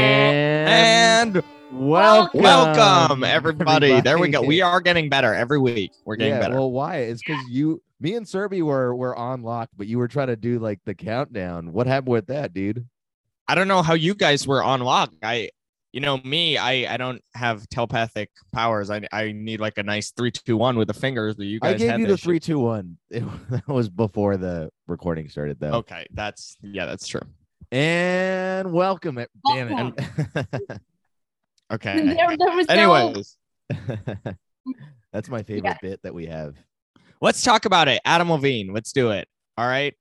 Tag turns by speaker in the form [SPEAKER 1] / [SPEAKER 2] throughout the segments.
[SPEAKER 1] And,
[SPEAKER 2] And
[SPEAKER 1] welcome,
[SPEAKER 2] welcome, everybody. There we go. We are getting better every week. We're getting
[SPEAKER 1] yeah,
[SPEAKER 2] better.
[SPEAKER 1] Well, why? It's because you, me, and Serby were were on lock, but you were trying to do like the countdown. What happened with that, dude?
[SPEAKER 2] I don't know how you guys were on lock. I, you know, me, I, I don't have telepathic powers. I, I need like a nice three, two, one with the fingers that you guys
[SPEAKER 1] I gave
[SPEAKER 2] had
[SPEAKER 1] you the
[SPEAKER 2] that
[SPEAKER 1] three,
[SPEAKER 2] shit.
[SPEAKER 1] two, one. It, that was before the recording started, though.
[SPEAKER 2] Okay, that's yeah, that's true.
[SPEAKER 1] And welcome, it. Damn
[SPEAKER 2] Okay.
[SPEAKER 3] There, there was no,
[SPEAKER 2] Anyways,
[SPEAKER 1] it. That's my favorite bit that we have.
[SPEAKER 2] let's talk about it. Adam Levine, let's do it. All right.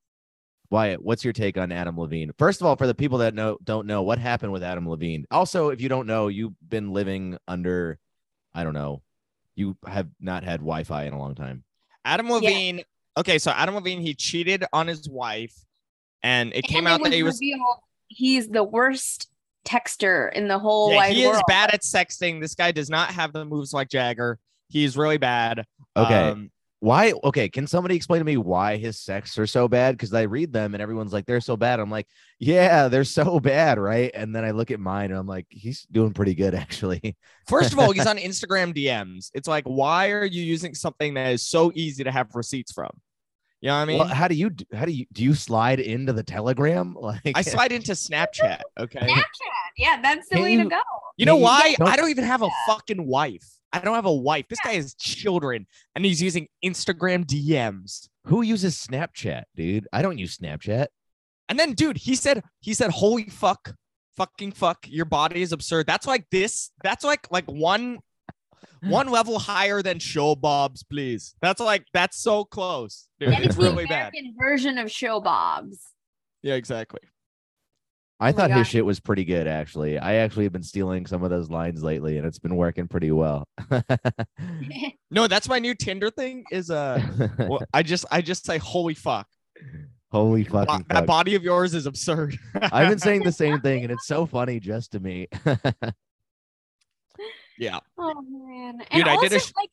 [SPEAKER 1] Wyatt, what's your take on Adam Levine? First of all, for the people that know don't know what happened with Adam Levine. Also, if you don't know, you've been living under, I don't know, you have not had Wi-Fi in a long time.
[SPEAKER 2] Adam Levine. Okay, so Adam Levine, he cheated on his wife, and it
[SPEAKER 3] and
[SPEAKER 2] came out that he was
[SPEAKER 3] revealed he's the worst texter in the whole
[SPEAKER 2] yeah,
[SPEAKER 3] wide
[SPEAKER 2] he
[SPEAKER 3] world.
[SPEAKER 2] is bad at sexting. This guy does not have the moves like Jagger. He's really bad.
[SPEAKER 1] Okay,
[SPEAKER 2] Um,
[SPEAKER 1] why? Okay, can somebody explain to me why his sex are so bad? Because I read them and everyone's like, they're so bad. I'm like, yeah, they're so bad, right? And then I look at mine and I'm like, he's doing pretty good actually.
[SPEAKER 2] first of all, he's on Instagram DMs. It's like, why are you using something that is so easy to have receipts from? You know what I mean?
[SPEAKER 1] well, how do you d- how do you do you slide into the Telegram? Like
[SPEAKER 2] I slide into Snapchat. Okay.
[SPEAKER 3] Snapchat. Yeah, that's the
[SPEAKER 1] Can
[SPEAKER 3] way
[SPEAKER 1] you-
[SPEAKER 3] to go.
[SPEAKER 2] You know
[SPEAKER 1] Yeah,
[SPEAKER 2] why?
[SPEAKER 1] don't-
[SPEAKER 2] I don't even have a fucking wife. I don't have a wife. This guy has children and he's using Instagram DMs.
[SPEAKER 1] who uses Snapchat, dude? I don't use Snapchat.
[SPEAKER 2] And then, dude, he said, he said, "Holy fuck, fucking fuck, your body is absurd." That's like this. That's like like one, one level higher than show bobs, please. That's like that's so close, dude.
[SPEAKER 3] And
[SPEAKER 2] It's
[SPEAKER 3] it's the
[SPEAKER 2] really bad.
[SPEAKER 3] American version of show bobs.
[SPEAKER 2] Yeah, exactly.
[SPEAKER 1] I
[SPEAKER 3] Oh my
[SPEAKER 1] thought his
[SPEAKER 3] gosh.
[SPEAKER 1] shit was pretty good, actually. I actually have been stealing some of those lines lately, and it's been working pretty well.
[SPEAKER 2] No, that's my new Tinder thing. Is uh, well, I just I just say, "Holy fuck,
[SPEAKER 1] Holy
[SPEAKER 2] bo-
[SPEAKER 1] fucking
[SPEAKER 2] that
[SPEAKER 1] fuck.
[SPEAKER 2] body of yours is absurd."
[SPEAKER 1] I've been saying the same thing, and it's so funny just to me.
[SPEAKER 2] yeah,
[SPEAKER 3] oh man. And
[SPEAKER 2] Dude, I
[SPEAKER 3] also,
[SPEAKER 2] did a sh-
[SPEAKER 3] like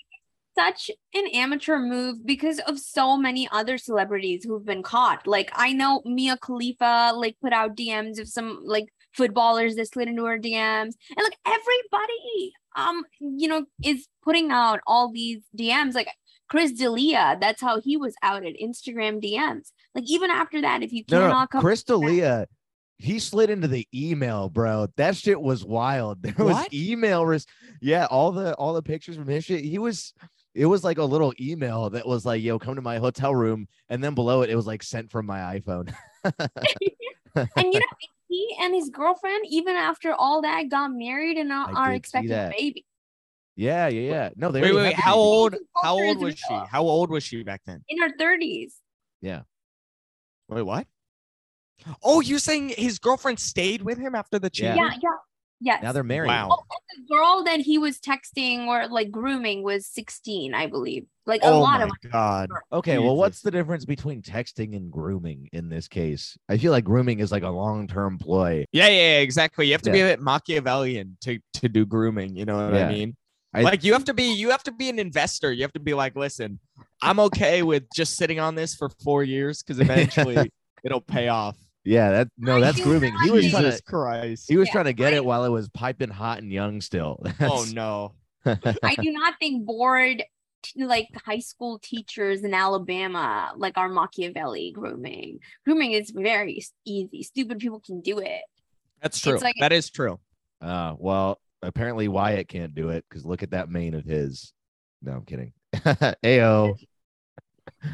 [SPEAKER 3] such an amateur move because of so many other celebrities who've been caught. Like I know Mia Khalifa like put out DMs of some like footballers that slid into her DMs. And like everybody um you know is putting out all these DMs like Chris D'Elia, that's how he was outed, Instagram DMs. Like even after that, if you
[SPEAKER 1] no,
[SPEAKER 3] cannot
[SPEAKER 1] no,
[SPEAKER 3] come
[SPEAKER 1] Chris D'Elia, he slid into the email, bro. That shit was wild. There was
[SPEAKER 2] What?
[SPEAKER 1] email, res- yeah, all the all the pictures from his shit. He was, it was like a little email that was like, "Yo, come to my hotel room," and then below it, it was like sent from my iPhone.
[SPEAKER 3] and you know he and his girlfriend even after all that got married and are,
[SPEAKER 1] I
[SPEAKER 3] are
[SPEAKER 1] did see
[SPEAKER 3] expecting a
[SPEAKER 1] that.
[SPEAKER 3] baby
[SPEAKER 1] Yeah, yeah, yeah. No, they
[SPEAKER 2] wait,
[SPEAKER 1] already had
[SPEAKER 2] wait, wait.
[SPEAKER 1] the
[SPEAKER 2] How
[SPEAKER 1] baby.
[SPEAKER 2] old?
[SPEAKER 3] Asian
[SPEAKER 2] How
[SPEAKER 3] culture
[SPEAKER 2] old
[SPEAKER 3] is
[SPEAKER 2] was she?
[SPEAKER 3] real.
[SPEAKER 2] How old was she back then?
[SPEAKER 3] in her 30s
[SPEAKER 2] Wait, what? Oh, you're saying his girlfriend stayed with him after the
[SPEAKER 1] Yeah.
[SPEAKER 2] cheating?
[SPEAKER 3] yeah yeah yes
[SPEAKER 1] Now they're married.
[SPEAKER 2] Wow.
[SPEAKER 3] oh, and the girl that he was texting or like grooming was 16 i believe like
[SPEAKER 2] Oh
[SPEAKER 3] a lot of
[SPEAKER 2] god.
[SPEAKER 1] Okay, well,
[SPEAKER 2] Jesus.
[SPEAKER 1] what's the difference between texting and grooming in this case? I feel like grooming is like a long-term ploy.
[SPEAKER 2] Yeah, yeah, yeah, exactly. You have to be a bit Machiavellian to to do grooming. You know what
[SPEAKER 1] Yeah.
[SPEAKER 2] I mean?
[SPEAKER 1] I-
[SPEAKER 2] like you have to be you have to be an investor. You have to be like, listen, I'm okay with just sitting on this for four years because eventually it'll pay off.
[SPEAKER 1] Yeah, that no,
[SPEAKER 3] I
[SPEAKER 1] that's
[SPEAKER 3] do
[SPEAKER 1] grooming. He
[SPEAKER 3] not
[SPEAKER 1] was
[SPEAKER 3] think-
[SPEAKER 1] trying
[SPEAKER 2] Jesus
[SPEAKER 1] to
[SPEAKER 2] Christ.
[SPEAKER 1] he was
[SPEAKER 3] Yeah,
[SPEAKER 1] trying to get
[SPEAKER 3] I-
[SPEAKER 1] it while it was piping hot and young still.
[SPEAKER 2] Oh
[SPEAKER 1] That's-
[SPEAKER 2] no.
[SPEAKER 3] i do not think bored t- like high school teachers in alabama like our machiavelli grooming grooming is very s- easy stupid people can do it
[SPEAKER 2] That's true.
[SPEAKER 3] like-
[SPEAKER 2] that is true.
[SPEAKER 1] Uh, well, apparently Wyatt can't do it because look at that mane of his. No, I'm kidding. Ayo.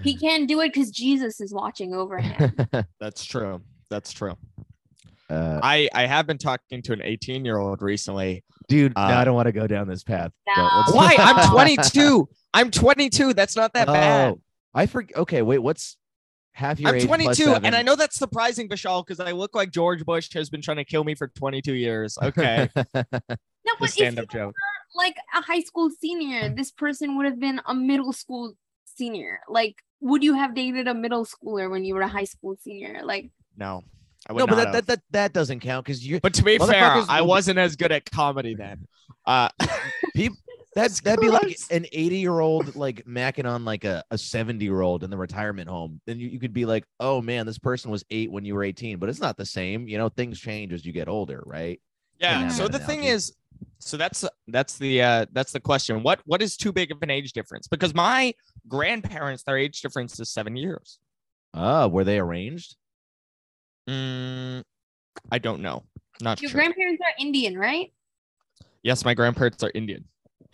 [SPEAKER 3] he can do it because jesus is watching over him
[SPEAKER 2] That's true. That's true.
[SPEAKER 1] uh,
[SPEAKER 2] I I have been talking to an 18 year old recently.
[SPEAKER 1] dude, no,
[SPEAKER 2] Uh,
[SPEAKER 1] I don't want to go down this path. but
[SPEAKER 3] No.
[SPEAKER 1] let's-
[SPEAKER 2] Why? I'm 22. I'm 22. That's not that bad.
[SPEAKER 1] Oh, I forget. Okay, wait, what's half your
[SPEAKER 2] I'm
[SPEAKER 1] age? plus
[SPEAKER 2] 22,
[SPEAKER 1] seven?
[SPEAKER 2] and I know that's surprising, Bashal, because I look like George Bush has been trying to kill me for 22 years. Okay,
[SPEAKER 3] no
[SPEAKER 2] the
[SPEAKER 3] but if
[SPEAKER 2] stand-up joke.
[SPEAKER 3] like a high school senior,
[SPEAKER 2] Hmm.
[SPEAKER 3] this person would have been a middle school senior. Like, would you have dated a middle schooler when you were a high school senior? Like,
[SPEAKER 2] No, I would
[SPEAKER 1] No, but
[SPEAKER 2] not
[SPEAKER 1] that,
[SPEAKER 2] have.
[SPEAKER 1] that that that doesn't count because you
[SPEAKER 2] But to be fair,
[SPEAKER 1] Motherfuckers
[SPEAKER 2] I
[SPEAKER 1] will be-
[SPEAKER 2] wasn't as good at comedy then. Uh,
[SPEAKER 1] That's that'd be like
[SPEAKER 2] Christ.
[SPEAKER 1] an 80 year old like macking on like a, a 70 year old in the retirement home. Then you, you could be like, oh man, this person was eight when you were 18, but it's not the same. You know, things change as you get older, right?
[SPEAKER 2] Yeah.
[SPEAKER 3] have
[SPEAKER 2] So
[SPEAKER 1] that
[SPEAKER 2] the thing
[SPEAKER 1] analogy.
[SPEAKER 2] is, so that's that's the uh, that's the question. What what is too big of an age difference? Because my grandparents, their age difference is seven years.
[SPEAKER 1] Ah, were they arranged?
[SPEAKER 2] Mm, I don't know. Not
[SPEAKER 3] Your
[SPEAKER 2] sure.
[SPEAKER 3] grandparents are Indian, right?
[SPEAKER 2] yes, my grandparents are Indian.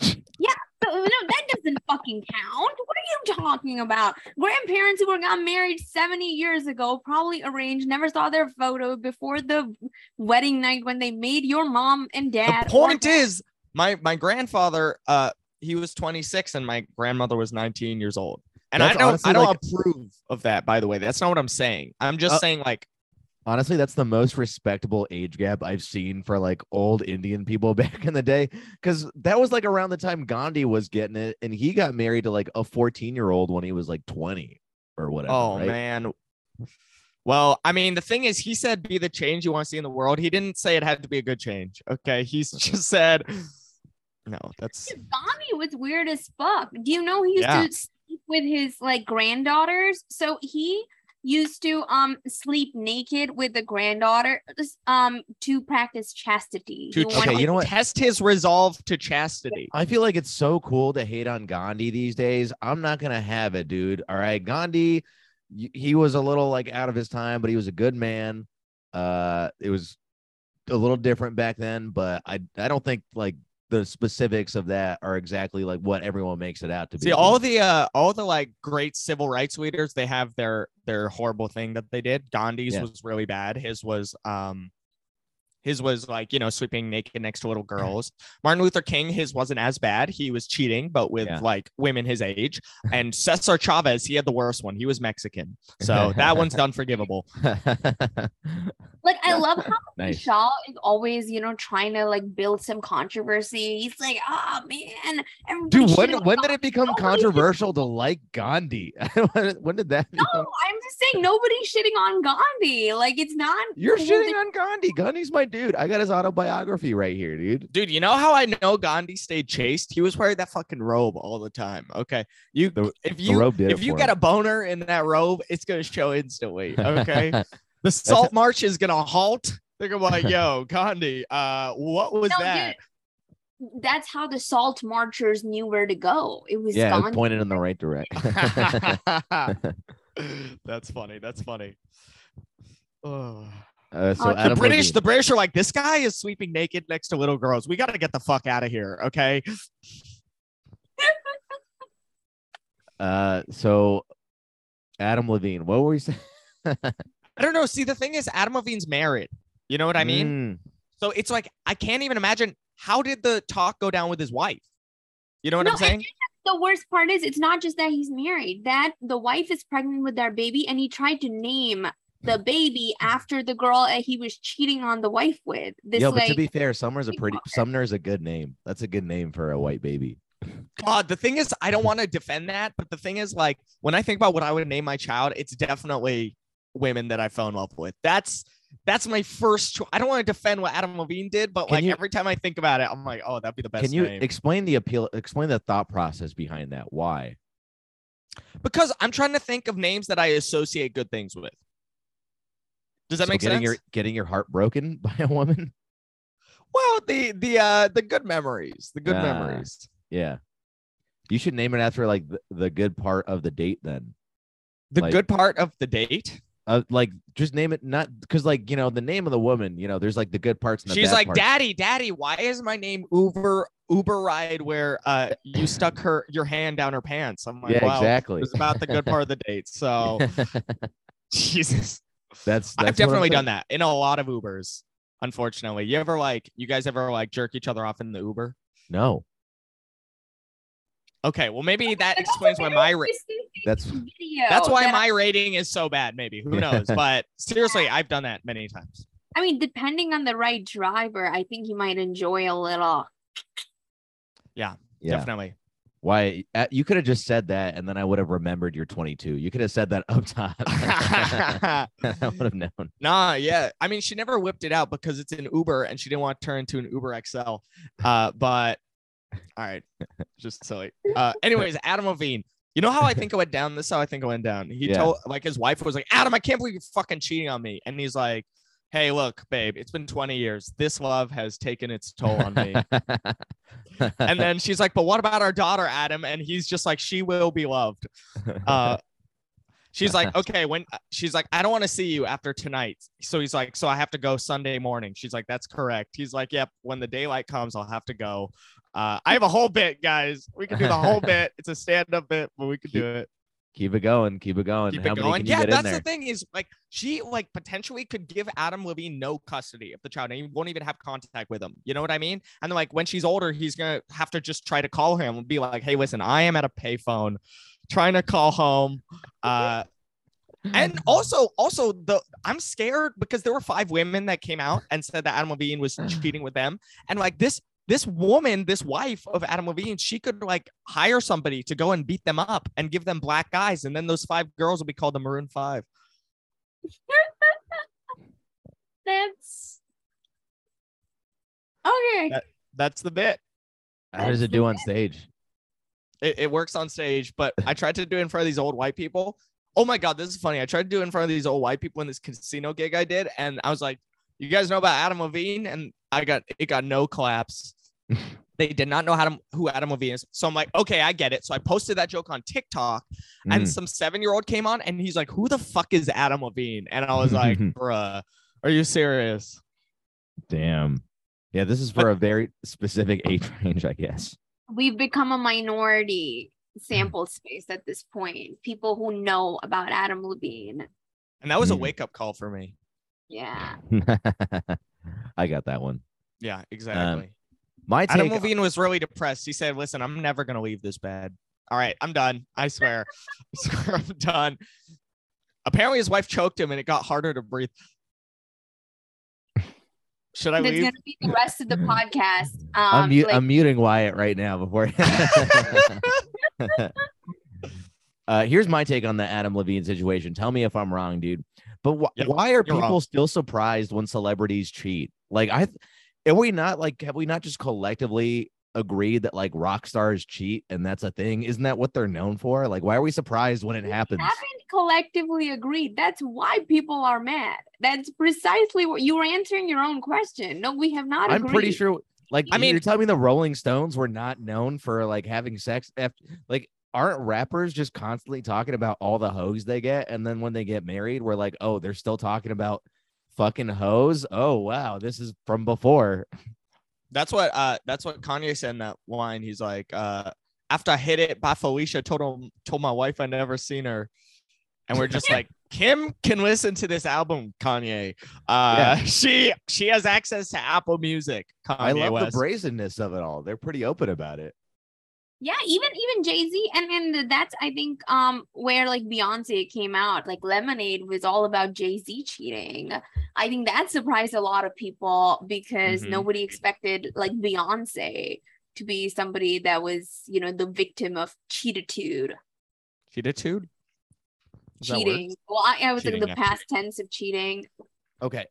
[SPEAKER 3] So, no, that doesn't fucking count. What are you talking about? Grandparents who were got married 70 years ago, probably arranged, never saw their photo before the wedding night when they made your mom and
[SPEAKER 2] The
[SPEAKER 3] dad.
[SPEAKER 2] point is, my my grandfather, uh, he was 26 and my grandmother was 19 years old. And
[SPEAKER 1] That's
[SPEAKER 2] I don't
[SPEAKER 1] honestly
[SPEAKER 2] I don't
[SPEAKER 1] like-
[SPEAKER 2] approve of that. By the way, that's not what I'm saying. I'm just
[SPEAKER 1] Uh,
[SPEAKER 2] saying like
[SPEAKER 1] Honestly, that's the most respectable age gap I've seen for like old Indian people back in the day. Cause that was like around the time Gandhi was getting it. And he got married to like a 14 year old when he was like 20 or whatever.
[SPEAKER 2] Oh
[SPEAKER 1] right?
[SPEAKER 2] man. Well, I mean, the thing is, he said be the change you want to see in the world. He didn't say it had to be a good change. Okay. He's just said no, that's
[SPEAKER 3] Bobby was weird as fuck. Do you know he used
[SPEAKER 2] Yeah.
[SPEAKER 3] to sleep with his like granddaughters? So he used to um sleep naked with the granddaughter um to practice chastity.
[SPEAKER 2] to
[SPEAKER 3] He
[SPEAKER 1] Okay,
[SPEAKER 2] try
[SPEAKER 3] wanted-
[SPEAKER 1] you know what?
[SPEAKER 2] test his resolve to chastity.
[SPEAKER 1] I feel like it's so cool to hate on Gandhi these days. I'm not gonna have it, dude. All right, Gandhi, y- he was a little like out of his time, but he was a good man. Uh, it was a little different back then, but I I don't think like the specifics of that are exactly like what everyone makes it out to be.
[SPEAKER 2] See, all the uh all the like great civil rights leaders, they have their their horrible thing that they did. Gandhi's
[SPEAKER 1] Yeah.
[SPEAKER 2] was really bad. His was um his was like, you know, sweeping naked next to little girls. Martin Luther King, his wasn't as bad. He was cheating, but with
[SPEAKER 1] Yeah.
[SPEAKER 2] like women his age. And Cesar Chavez, he had the worst one. He was Mexican. So that one's unforgivable.
[SPEAKER 3] like I love how
[SPEAKER 1] nice.
[SPEAKER 3] Shaw is always, you know, trying to like build some controversy. He's like, oh man, everybody
[SPEAKER 1] Dude,
[SPEAKER 3] shit
[SPEAKER 1] when
[SPEAKER 3] on
[SPEAKER 1] when
[SPEAKER 3] Gandhi."
[SPEAKER 1] did it become
[SPEAKER 3] Nobody-
[SPEAKER 1] controversial to like Gandhi? when did that?
[SPEAKER 3] No, I'm just saying nobody's shitting on Gandhi. Like it's not
[SPEAKER 1] You're
[SPEAKER 3] cool
[SPEAKER 1] shitting
[SPEAKER 3] to-
[SPEAKER 1] on Gandhi. Gandhi's my dude. I got his autobiography right here, dude.
[SPEAKER 2] Dude, you know how I know Gandhi stayed chaste? He was wearing that fucking robe all the time. Okay. You
[SPEAKER 1] The-
[SPEAKER 2] if
[SPEAKER 1] the
[SPEAKER 2] you
[SPEAKER 1] robe did it
[SPEAKER 2] if you
[SPEAKER 1] for
[SPEAKER 2] get
[SPEAKER 1] him.
[SPEAKER 2] a boner in that robe, it's gonna show instantly. Okay. the salt march is gonna halt. They're gonna be like, yo, Gandhi, uh, what was
[SPEAKER 3] No,
[SPEAKER 2] that?
[SPEAKER 3] dude, that's how the salt marchers knew where to go. It was
[SPEAKER 1] yeah, it was
[SPEAKER 3] Gandhi.
[SPEAKER 1] pointed in the right direction.
[SPEAKER 2] Oh, that's funny. That's funny. Oh.
[SPEAKER 1] uh, so
[SPEAKER 3] Oh,
[SPEAKER 2] The
[SPEAKER 1] Adam
[SPEAKER 2] British,
[SPEAKER 1] Levine-
[SPEAKER 2] the British are like, this guy is sweeping naked next to little girls. We gotta get the fuck out of here. Okay.
[SPEAKER 1] uh, so Adam Levine. What were you saying?
[SPEAKER 2] I don't know. See, the thing is, Adam Levine's married. You know what I mean?
[SPEAKER 1] Mm.
[SPEAKER 2] So it's like I can't even imagine how did the talk go down with his wife. You know what
[SPEAKER 3] No,
[SPEAKER 2] I'm
[SPEAKER 3] and
[SPEAKER 2] saying?
[SPEAKER 3] the worst part is it's not just that he's married that the wife is pregnant with their baby and he tried to name the baby after the girl that he was cheating on the wife with this
[SPEAKER 1] Yo, but
[SPEAKER 3] like
[SPEAKER 1] to be fair, Summer's a
[SPEAKER 3] big
[SPEAKER 1] pretty
[SPEAKER 3] fucker.
[SPEAKER 1] Sumner's a good name. That's a good name for a white baby.
[SPEAKER 2] God, the thing is, I don't want to defend that, but the thing is, like, when I think about what I would name my child, it's definitely women that I fell in love with. That's that's my first choice. I don't want to defend what Adam Levine did, but
[SPEAKER 1] Can
[SPEAKER 2] like
[SPEAKER 1] you-
[SPEAKER 2] every time I think about it, I'm like, oh, that'd be the best
[SPEAKER 1] Can you
[SPEAKER 2] name.
[SPEAKER 1] explain the appeal? Explain the thought process behind that. Why?
[SPEAKER 2] because I'm trying to think of names that I associate good things with. Does that
[SPEAKER 1] So
[SPEAKER 2] make
[SPEAKER 1] getting
[SPEAKER 2] sense?
[SPEAKER 1] Your, getting your heart broken by a woman.
[SPEAKER 2] well, the the uh the good memories, the good
[SPEAKER 1] Ah.
[SPEAKER 2] memories.
[SPEAKER 1] Yeah. You should name it after like the, the good part of the date then.
[SPEAKER 2] The
[SPEAKER 1] Like-
[SPEAKER 2] good part of the date.
[SPEAKER 1] Uh, like just name it not because like you know the name of the woman you know there's like the good parts and the
[SPEAKER 2] She's
[SPEAKER 1] bad
[SPEAKER 2] like,
[SPEAKER 1] parts.
[SPEAKER 2] Daddy, Daddy, why is my name Uber Uber Ride where uh you stuck her your hand down her pants? I'm like,
[SPEAKER 1] yeah
[SPEAKER 2] wow,
[SPEAKER 1] exactly
[SPEAKER 2] it was about the good part of the date. So Jesus.
[SPEAKER 1] that's, that's what I'm
[SPEAKER 2] I've definitely
[SPEAKER 1] saying.
[SPEAKER 2] done that in a lot of Ubers, unfortunately. You ever like you guys ever like jerk each other off in the Uber?
[SPEAKER 1] No,
[SPEAKER 2] Okay, well maybe that
[SPEAKER 3] But that's
[SPEAKER 2] explains
[SPEAKER 3] a
[SPEAKER 2] why
[SPEAKER 3] very
[SPEAKER 2] my ra-
[SPEAKER 3] specific
[SPEAKER 1] that's
[SPEAKER 3] video
[SPEAKER 2] that's why
[SPEAKER 3] that
[SPEAKER 2] my rating is so bad, maybe. Who knows? But seriously, I've done that many times.
[SPEAKER 3] I mean, depending on the right driver, I think he might enjoy a little.
[SPEAKER 1] yeah.
[SPEAKER 2] Definitely.
[SPEAKER 1] Why uh, you could have just said that, and then I would have remembered you're 22. You could have said that up top. I would have known.
[SPEAKER 2] Nah, yeah. I mean, she never whipped it out because it's an Uber and she didn't want to turn into an Uber XL. Uh, but all right, just silly. Uh, anyways, Adam Levine. You know how I think it went down? This is how I think it went down. He
[SPEAKER 1] Yeah.
[SPEAKER 2] told like his wife was like, Adam, I can't believe you're fucking cheating on me. And he's like, hey, look, babe, it's been 20 years. This love has taken its toll on me. and then she's like, but what about our daughter, Adam? And he's just like, she will be loved. Uh, she's like, okay, when uh, she's like, I don't want to see you after tonight. So he's like, so I have to go Sunday morning. She's like, that's correct. He's like, yep, when the daylight comes, I'll have to go. Uh, I have a whole bit, guys. We can do the whole bit. It's a stand up bit, but we can do it.
[SPEAKER 1] keep it going, keep it going.
[SPEAKER 2] Keep
[SPEAKER 1] How
[SPEAKER 2] it
[SPEAKER 1] many
[SPEAKER 2] going.
[SPEAKER 1] can you
[SPEAKER 2] Yeah,
[SPEAKER 1] get
[SPEAKER 2] that's
[SPEAKER 1] in
[SPEAKER 2] the
[SPEAKER 1] there?
[SPEAKER 2] thing is like she like potentially could give Adam Levine no custody of the child and he won't even have contact with him. You know what I mean? And then like when she's older, he's gonna have to just try to call him and be like, Hey, listen, I am at a payphone trying to call home. Uh and also, also the I'm scared because there were five women that came out and said that Adam Levine was cheating with them. And like this this woman, this wife of Adam Levine, she could like hire somebody to go and beat them up and give them black eyes, and then those five girls will be called the Maroon Five.
[SPEAKER 3] That's okay.
[SPEAKER 2] That- That's the bit.
[SPEAKER 1] How does it do on stage?
[SPEAKER 2] It, it works on stage, but I tried to do it in front of these old white people. Oh my god, this is funny. I tried to do it in front of these old white people in this casino gig I did, and I was like, "You guys know about Adam Levine?" And I got it got no claps. they did not know how to, who Adam Levine is, so I'm like, "Okay, I get it." So I posted that joke on TikTok, and
[SPEAKER 1] Mm.
[SPEAKER 2] some seven year old came on and he's like, Who the fuck is Adam Levine? And I was like, Bruh, are you serious?
[SPEAKER 1] Damn. Yeah, this is for a very specific age range, I guess.
[SPEAKER 3] We've become a minority
[SPEAKER 2] Hmm.
[SPEAKER 3] sample space at this point. People who know about Adam Levine.
[SPEAKER 2] And that was a
[SPEAKER 1] Hmm.
[SPEAKER 2] wake up call for me.
[SPEAKER 3] Yeah.
[SPEAKER 1] I got that one.
[SPEAKER 2] Yeah,
[SPEAKER 1] Um,
[SPEAKER 2] exactly.
[SPEAKER 1] My
[SPEAKER 2] Adam
[SPEAKER 1] take,
[SPEAKER 2] Levine was really depressed. He said, Listen, I'm never going to leave this bed. All right, I'm done. I swear. I swear I'm done. Apparently, his wife choked him and it got harder to breathe. Should I
[SPEAKER 3] That's
[SPEAKER 2] leave?
[SPEAKER 3] gonna be the rest of the podcast. Um
[SPEAKER 1] I'm, mu-
[SPEAKER 3] like,
[SPEAKER 1] I'm muting Wyatt right now before. uh, here's my take on the Adam Levine situation. Tell me if I'm wrong, dude. But wh-
[SPEAKER 2] Yep,
[SPEAKER 1] why are people
[SPEAKER 2] wrong.
[SPEAKER 1] still surprised when celebrities cheat? Like, I th- are we not like have we not just collectively agreed that like rock stars cheat and that's a thing? Isn't that what they're known for? Like, why are we surprised when it
[SPEAKER 3] We
[SPEAKER 1] happens?
[SPEAKER 3] haven't collectively agreed. That's why people are mad. That's precisely what you were answering your own question. No, we have not.
[SPEAKER 1] I'm pretty
[SPEAKER 3] agreed.
[SPEAKER 1] sure. Like,
[SPEAKER 2] I
[SPEAKER 1] I
[SPEAKER 2] mean-
[SPEAKER 1] mean, you're telling me the Rolling Stones were not known for like having sex. After, like, aren't rappers just constantly talking about all the hoes they get? And then when they get married, we're like, oh, they're still talking about fucking hoes. Oh wow, this is from before.
[SPEAKER 2] That's what uh that's what Kanye said in that line. He's like, uh, after I hit it by Felicia, told him, told my wife I never seen her. And we're just like, Kim can listen to this album, Kanye. Uh she she has access to Apple Music, Kanye
[SPEAKER 1] I love
[SPEAKER 2] West.
[SPEAKER 1] the brazenness of it all. They're pretty open about it.
[SPEAKER 3] Yeah, even even Jay Z, and and that's I think um where like Beyonce came out. Like Lemonade was all about Jay Z cheating. I think that surprised a lot of people because
[SPEAKER 1] Mm-hmm.
[SPEAKER 2] Mhm.
[SPEAKER 3] nobody expected like Beyonce to be somebody that was you know the victim of cheatitude,
[SPEAKER 2] She did too. Is that word?
[SPEAKER 3] cheating. Well, I, I was
[SPEAKER 2] Cheating,
[SPEAKER 3] like
[SPEAKER 2] yeah.
[SPEAKER 3] the past tense of cheating.
[SPEAKER 1] Okay,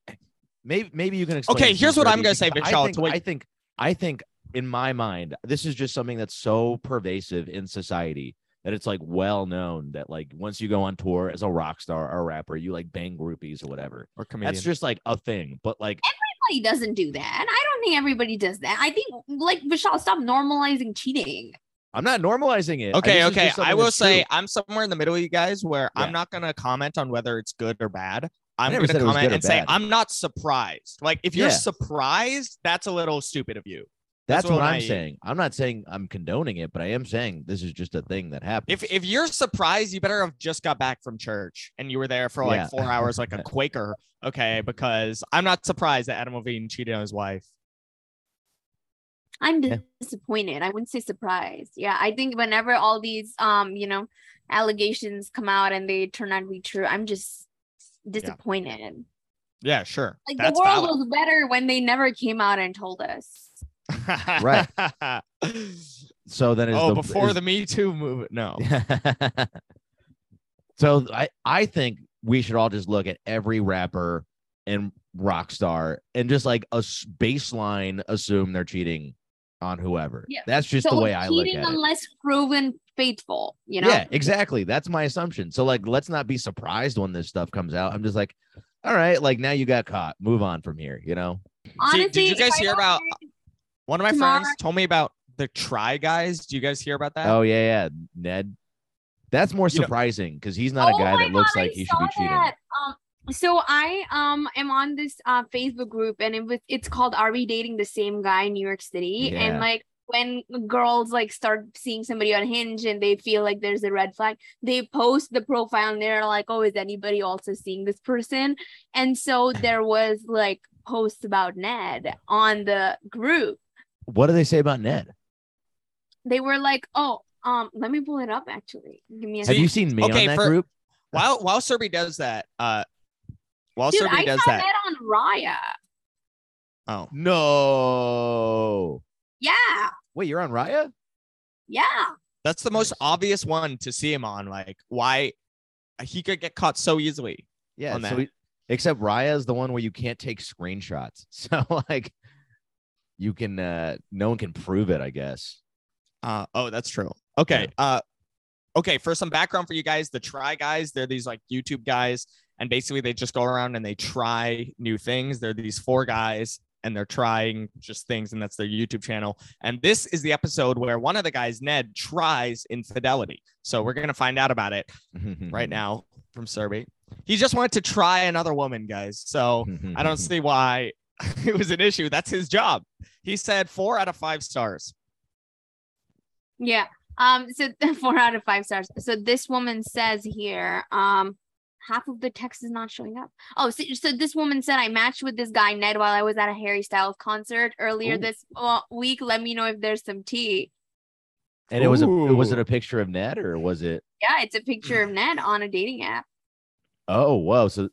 [SPEAKER 1] maybe maybe you can explain.
[SPEAKER 2] Okay,
[SPEAKER 1] it to
[SPEAKER 2] here's
[SPEAKER 1] me,
[SPEAKER 2] what I'm
[SPEAKER 1] Brittany,
[SPEAKER 2] gonna say,
[SPEAKER 1] because
[SPEAKER 2] Vishal,
[SPEAKER 1] I
[SPEAKER 2] to
[SPEAKER 1] think,
[SPEAKER 2] what-
[SPEAKER 1] I think I think in my mind, this is just something that's so pervasive in society that it's like well known that like once you go on tour as a rock star or a rapper, you like bang groupies or whatever.
[SPEAKER 2] Or comedian.
[SPEAKER 1] That's just like a thing. But like,
[SPEAKER 3] Everybody doesn't do that. I don't think everybody does that. I think like Vishal, stop normalizing cheating.
[SPEAKER 1] I'm not normalizing it. I-
[SPEAKER 2] Okay,
[SPEAKER 1] this is
[SPEAKER 2] okay.
[SPEAKER 1] just
[SPEAKER 2] I
[SPEAKER 1] something
[SPEAKER 2] will
[SPEAKER 1] that's
[SPEAKER 2] say
[SPEAKER 1] true.
[SPEAKER 2] I'm somewhere in the middle, you guys, where I'm
[SPEAKER 1] Yeah.
[SPEAKER 2] not gonna comment on whether it's good or bad. I'm
[SPEAKER 1] never
[SPEAKER 2] gonna
[SPEAKER 1] said it was
[SPEAKER 2] comment
[SPEAKER 1] good or
[SPEAKER 2] and say
[SPEAKER 1] bad.
[SPEAKER 2] I'm not surprised. Like if you're
[SPEAKER 1] Yeah.
[SPEAKER 2] surprised, that's a little stupid of you.
[SPEAKER 1] that's,
[SPEAKER 2] that's
[SPEAKER 1] what,
[SPEAKER 2] what
[SPEAKER 1] I'm
[SPEAKER 2] I-
[SPEAKER 1] saying. I'm not saying I'm condoning it, but I am saying this is just a thing that happens.
[SPEAKER 2] If if you're surprised, you better have just got back from church and you were there for like
[SPEAKER 1] Yeah.
[SPEAKER 2] four hours like a Quaker. Okay, because I'm not surprised that Adam Levine cheated on his wife.
[SPEAKER 3] I'm
[SPEAKER 1] Yeah.
[SPEAKER 3] disappointed. I wouldn't say surprised. Yeah, I think whenever all these um, you know, allegations come out and they turn out to be true, I'm just disappointed.
[SPEAKER 2] Yeah, sure.
[SPEAKER 3] Like
[SPEAKER 2] That's
[SPEAKER 3] the world
[SPEAKER 2] valid.
[SPEAKER 3] was better when they never came out and told us.
[SPEAKER 1] Right. so then is
[SPEAKER 2] oh,
[SPEAKER 1] the,
[SPEAKER 2] before
[SPEAKER 1] is-
[SPEAKER 2] the Me Too movement. No.
[SPEAKER 1] so I, I think we should all just look at every rapper and rock star and just like a s- baseline assume they're cheating on whoever.
[SPEAKER 3] Yeah.
[SPEAKER 1] That's just
[SPEAKER 3] so
[SPEAKER 1] the way
[SPEAKER 3] it's
[SPEAKER 1] I look
[SPEAKER 3] cheating
[SPEAKER 1] at it.
[SPEAKER 3] unless proven faithful, you know?
[SPEAKER 1] Yeah, exactly. That's my assumption. So like let's not be surprised when this stuff comes out. I'm just like all right, like now you got caught. Move on from here, you know?
[SPEAKER 2] See,
[SPEAKER 3] Honestly,
[SPEAKER 2] did you
[SPEAKER 3] if
[SPEAKER 2] guys
[SPEAKER 3] I
[SPEAKER 2] hear
[SPEAKER 3] don't
[SPEAKER 2] about one of my
[SPEAKER 3] Tomorrow-
[SPEAKER 2] friends told me about the try guys? Do you guys hear about that?
[SPEAKER 1] Oh yeah, yeah. Ned. That's more
[SPEAKER 2] You know-
[SPEAKER 1] surprising because he's not a
[SPEAKER 3] Oh
[SPEAKER 1] guy
[SPEAKER 3] my
[SPEAKER 1] that looks
[SPEAKER 3] God,
[SPEAKER 1] like
[SPEAKER 3] I
[SPEAKER 1] he should be
[SPEAKER 3] saw
[SPEAKER 1] cheating.
[SPEAKER 3] that. Um, so I um am on this uh, Facebook group and it was it's called Are We Dating the Same Guy in New York City?
[SPEAKER 1] Yeah.
[SPEAKER 3] And like when girls like start seeing somebody on Hinge and they feel like there's a red flag, they post the profile and they're like, "Oh, is anybody also seeing this person?" And so there was like posts about Ned on the group.
[SPEAKER 1] What do they say about Ned?
[SPEAKER 3] They were like, "Oh, um, let me pull it up. Actually, give me a
[SPEAKER 1] Have
[SPEAKER 2] See,
[SPEAKER 1] you seen me on
[SPEAKER 2] okay,
[SPEAKER 1] that
[SPEAKER 2] for-
[SPEAKER 1] group?
[SPEAKER 2] While while Serby does that, uh, while
[SPEAKER 3] dude.
[SPEAKER 2] Serby
[SPEAKER 3] I
[SPEAKER 2] does
[SPEAKER 3] saw
[SPEAKER 2] that,
[SPEAKER 3] that on Raya.
[SPEAKER 2] oh,
[SPEAKER 1] No.
[SPEAKER 3] Yeah,
[SPEAKER 1] Wait, you're on Raya?
[SPEAKER 3] yeah."
[SPEAKER 2] that's the most
[SPEAKER 1] Nice.
[SPEAKER 2] obvious one to see him on. Like, why he could get caught so easily?
[SPEAKER 1] Yeah.
[SPEAKER 2] On
[SPEAKER 1] so
[SPEAKER 2] that.
[SPEAKER 1] he- except Raya is the one where you can't take screenshots. So like you can uh no one can prove it, I guess.
[SPEAKER 2] Uh, oh, that's true. Okay. Uh, okay. For some background for you guys, the try guys, they're these like YouTube guys, and basically they just go around and they try new things. They're these four guys, and they're trying just things, and that's their YouTube channel. And this is the episode where one of the guys, Ned, tries infidelity. So we're gonna find out about
[SPEAKER 1] Mm-hmm.
[SPEAKER 2] it right now from Serby. He just wanted to try another woman, guys. So I don't
[SPEAKER 1] Mm-hmm.
[SPEAKER 2] see why it was an issue. That's his job. He said four out of five stars.
[SPEAKER 3] Yeah. Um, so four out of five stars. So this woman says here, um, half of the text is not showing up. Oh, so, so this woman said I matched with this guy Ned while I was at a Harry Styles concert earlier
[SPEAKER 1] Ooh.
[SPEAKER 3] this uh, week. Let me know if there's some tea.
[SPEAKER 1] And it was a was
[SPEAKER 2] Ooh.
[SPEAKER 1] it a picture of Ned or was it
[SPEAKER 3] Yeah, it's a picture
[SPEAKER 1] Mm.
[SPEAKER 3] of Ned on a dating app.
[SPEAKER 1] oh whoa. So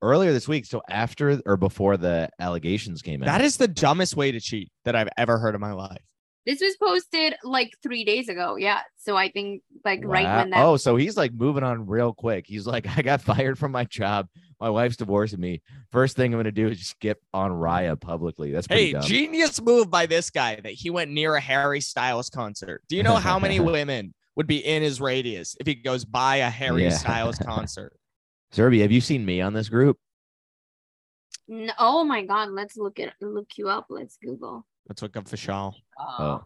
[SPEAKER 1] earlier this week, so after or before the allegations came out.
[SPEAKER 2] That is the dumbest way to cheat that I've ever heard in my life.
[SPEAKER 3] This was posted like three days ago. Yeah. So I think like right when that
[SPEAKER 1] Wow. oh, so he's like moving on real quick. He's like, I got fired from my job. My wife's divorcing me. First thing I'm gonna do is just get on Raya publicly. That's pretty
[SPEAKER 2] Hey,
[SPEAKER 1] dumb.
[SPEAKER 2] genius move by this guy that he went near a Harry Styles concert. Do you know how many women would be in his radius if he goes by a Harry
[SPEAKER 1] Yeah.
[SPEAKER 2] Styles concert?
[SPEAKER 1] Serby, have you seen me on this group?
[SPEAKER 3] N- oh my god, let's look it look you up. Let's Google.
[SPEAKER 2] Let's look up Vishal.
[SPEAKER 1] Oh.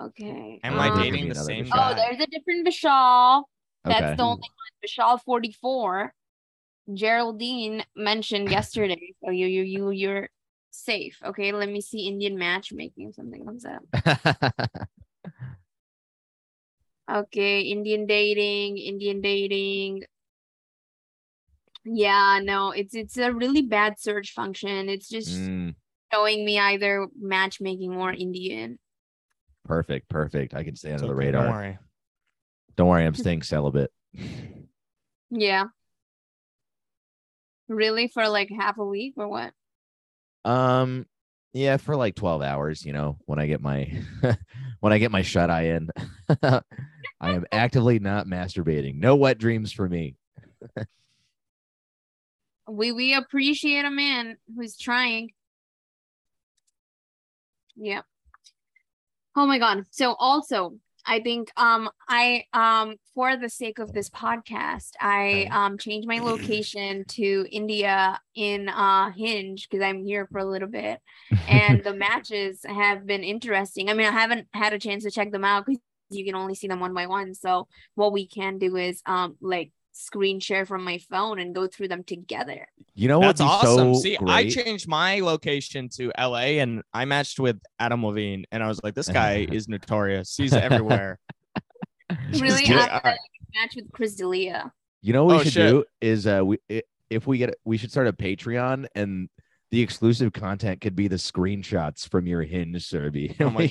[SPEAKER 3] Okay.
[SPEAKER 2] Am I
[SPEAKER 1] Um,
[SPEAKER 2] dating the
[SPEAKER 1] Another
[SPEAKER 2] same
[SPEAKER 1] Vishal.
[SPEAKER 3] Oh,
[SPEAKER 2] guy?
[SPEAKER 3] there's a different Vishal. That's
[SPEAKER 1] Oh, Okay.
[SPEAKER 3] the only one. Vishal 44. Geraldine mentioned yesterday. So you you you you're safe. Okay, let me see Indian matchmaking if something comes up. Okay, Indian dating, Indian dating. Yeah, no, it's it's a really bad search function. It's just
[SPEAKER 1] Mm,
[SPEAKER 3] showing me either matchmaking or Indian.
[SPEAKER 1] perfect, perfect. I can stay under
[SPEAKER 2] It's
[SPEAKER 1] the
[SPEAKER 2] okay,
[SPEAKER 1] radar.
[SPEAKER 2] Don't
[SPEAKER 1] Don't worry,
[SPEAKER 2] worry.
[SPEAKER 1] I'm staying celibate.
[SPEAKER 3] Yeah. Really for like half a week or what?
[SPEAKER 1] Um, yeah, for like 12 hours, you know, when I get my when I get my shut eye in. I am actively not masturbating. No wet dreams for me.
[SPEAKER 3] we we appreciate a man who's trying yeah oh my god so also i think um i um for the sake of this podcast i
[SPEAKER 1] Okay.
[SPEAKER 3] um changed my location to india in uh hinge because i'm here for a little bit and the matches have been interesting i mean i haven't had a chance to check them out because you can only see them one by one so what we can do is um like screen share from my phone and go through them together
[SPEAKER 1] You know
[SPEAKER 2] That's
[SPEAKER 1] what's
[SPEAKER 2] awesome.
[SPEAKER 1] Oh, So
[SPEAKER 2] See, I
[SPEAKER 1] great?
[SPEAKER 2] changed my location to LA and I matched with Adam Levine. And I was like, this guy is notorious. He's everywhere. Just
[SPEAKER 3] Really?
[SPEAKER 2] do it.
[SPEAKER 3] I'm
[SPEAKER 2] All
[SPEAKER 3] gonna match with Chris D'Elia.
[SPEAKER 1] You know what we
[SPEAKER 2] Oh,
[SPEAKER 1] should
[SPEAKER 2] shit.
[SPEAKER 1] do is uh we i- if we get we should start a Patreon and the exclusive content could be the screenshots from your hinge survey.
[SPEAKER 2] Oh my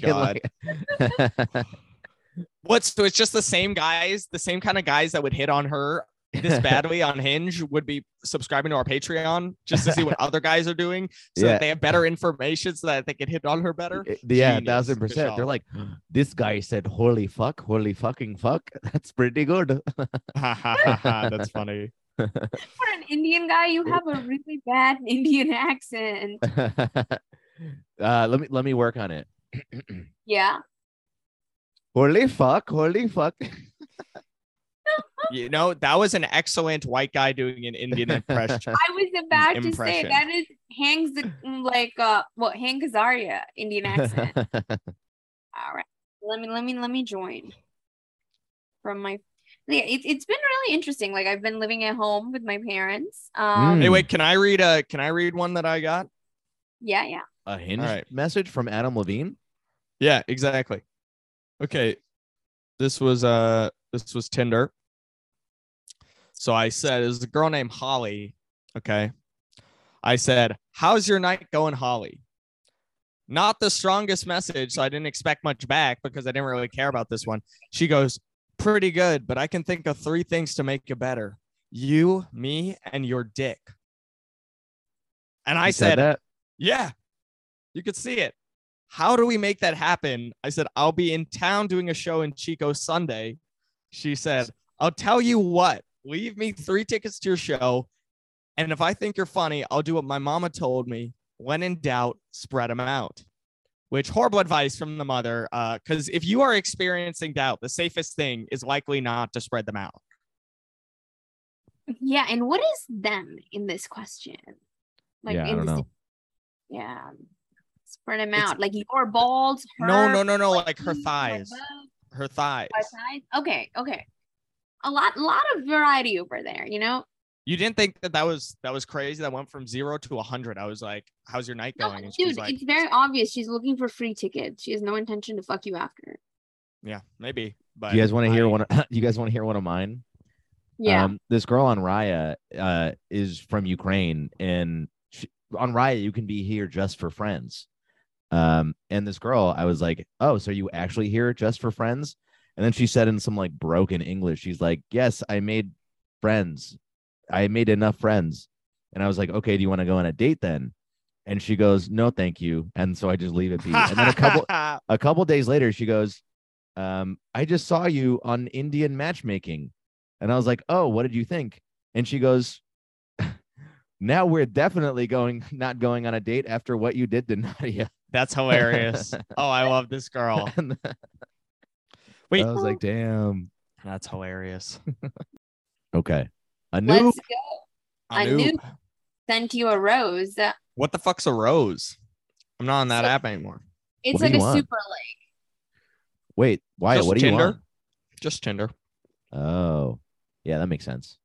[SPEAKER 2] What's so it's just the same guys, the same kind of guys that would hit on her this badly on Hinge would be subscribing to our Patreon just to see what other guys are doing so
[SPEAKER 1] Yeah.
[SPEAKER 2] that they have better information so that they can hit on her better.
[SPEAKER 1] yeah,
[SPEAKER 2] Genius,
[SPEAKER 1] thousand percent. They're
[SPEAKER 2] Vishal.
[SPEAKER 1] like, this guy said holy fuck, holy fucking fuck. That's pretty good.
[SPEAKER 2] That's funny.
[SPEAKER 3] For an Indian guy, you have a really bad Indian accent.
[SPEAKER 1] uh let me let me work on it.
[SPEAKER 3] Yeah.
[SPEAKER 1] holy fuck, holy fuck.
[SPEAKER 2] You know, that was an excellent white guy doing an Indian impression.
[SPEAKER 3] I was about to say
[SPEAKER 2] Impression.
[SPEAKER 3] that is Hank's like uh what Hank Azaria Indian accent. All right, let me let me let me join from my. Yeah, it, it's been really interesting. Like I've been living at home with my parents. Um,
[SPEAKER 1] Mm.
[SPEAKER 2] Hey, wait, can I read a can I read one that I got?
[SPEAKER 3] yeah, yeah.
[SPEAKER 1] A hinge
[SPEAKER 2] right.
[SPEAKER 1] message from Adam Levine.
[SPEAKER 2] Yeah, exactly. Okay. This was uh this was Tinder. So I said, "Is a girl named Holly. Okay. I said, How's your night going, Holly? Not the strongest message, so I didn't expect much back because I didn't really care about this one. She goes, Pretty good, but I can think of three things to make you better. You, me, and your dick. And I
[SPEAKER 1] He
[SPEAKER 2] said,
[SPEAKER 1] that.
[SPEAKER 2] yeah, you could see it. How do we make that happen? I said, I'll be in town doing a show in Chico Sunday. She said, I'll tell you what, leave me three tickets to your show. And if I think you're funny, I'll do what my mama told me. When in doubt, spread them out. Which horrible advice from the mother. Because if you are experiencing doubt, the safest thing is likely not to spread them out.
[SPEAKER 3] Yeah, and what is them in this question?
[SPEAKER 1] Yeah, I
[SPEAKER 3] in
[SPEAKER 1] don't
[SPEAKER 3] this,
[SPEAKER 1] know.
[SPEAKER 3] Yeah, spread them
[SPEAKER 2] It's-
[SPEAKER 3] out. Like your balls.
[SPEAKER 2] no,
[SPEAKER 3] her,
[SPEAKER 2] no, no, no.
[SPEAKER 3] like
[SPEAKER 2] Like her
[SPEAKER 3] these,
[SPEAKER 2] thighs,
[SPEAKER 3] butt,
[SPEAKER 2] her thighs.
[SPEAKER 3] my thighs. Okay, okay. A lot, lot of variety over there. You know,
[SPEAKER 2] You didn't think that that was that was crazy. That went from zero to a hundred. I was like, "How's your night
[SPEAKER 3] no,
[SPEAKER 2] going?" And she was
[SPEAKER 3] Oh, dude,
[SPEAKER 2] like,
[SPEAKER 3] it's very obvious. She's looking for free tickets. She has no intention to fuck you after.
[SPEAKER 2] "Yeah, maybe." But
[SPEAKER 1] Do you guys want to hear
[SPEAKER 2] I-
[SPEAKER 1] one? Of, you guys want to hear one of mine?
[SPEAKER 3] Yeah.
[SPEAKER 1] Um, this girl on Raya uh, is from Ukraine, and she, on Raya you can be here just for friends. Um, and this girl, I was like, "Oh, so you actually here just for friends?" And then she said in some like broken English, she's like, "Yes, I made friends. I made enough friends." And I was like, "Okay, do you want to go on a date then?" And she goes, "No, thank you." And so I just leave it be. And then a couple, a couple days later she goes um, i just saw you on indian matchmaking and i was like oh what did you think and she goes now we're definitely going not going on a date after what you did to nadia
[SPEAKER 2] That's hilarious. oh, I love this girl.
[SPEAKER 1] and
[SPEAKER 2] Wait.
[SPEAKER 1] i was like damn
[SPEAKER 2] That's hilarious.
[SPEAKER 1] okay a new
[SPEAKER 3] Let's go. I knew- Sent you a rose. Uh, It's
[SPEAKER 2] What the fuck's a rose? I'm not on that
[SPEAKER 3] So-
[SPEAKER 2] app anymore.
[SPEAKER 1] What do
[SPEAKER 3] like
[SPEAKER 1] you
[SPEAKER 3] a
[SPEAKER 1] want?
[SPEAKER 3] super like.
[SPEAKER 1] wait why
[SPEAKER 2] Just
[SPEAKER 1] what do you
[SPEAKER 2] Tinder?
[SPEAKER 1] want
[SPEAKER 2] Just Tinder.
[SPEAKER 1] oh yeah that makes sense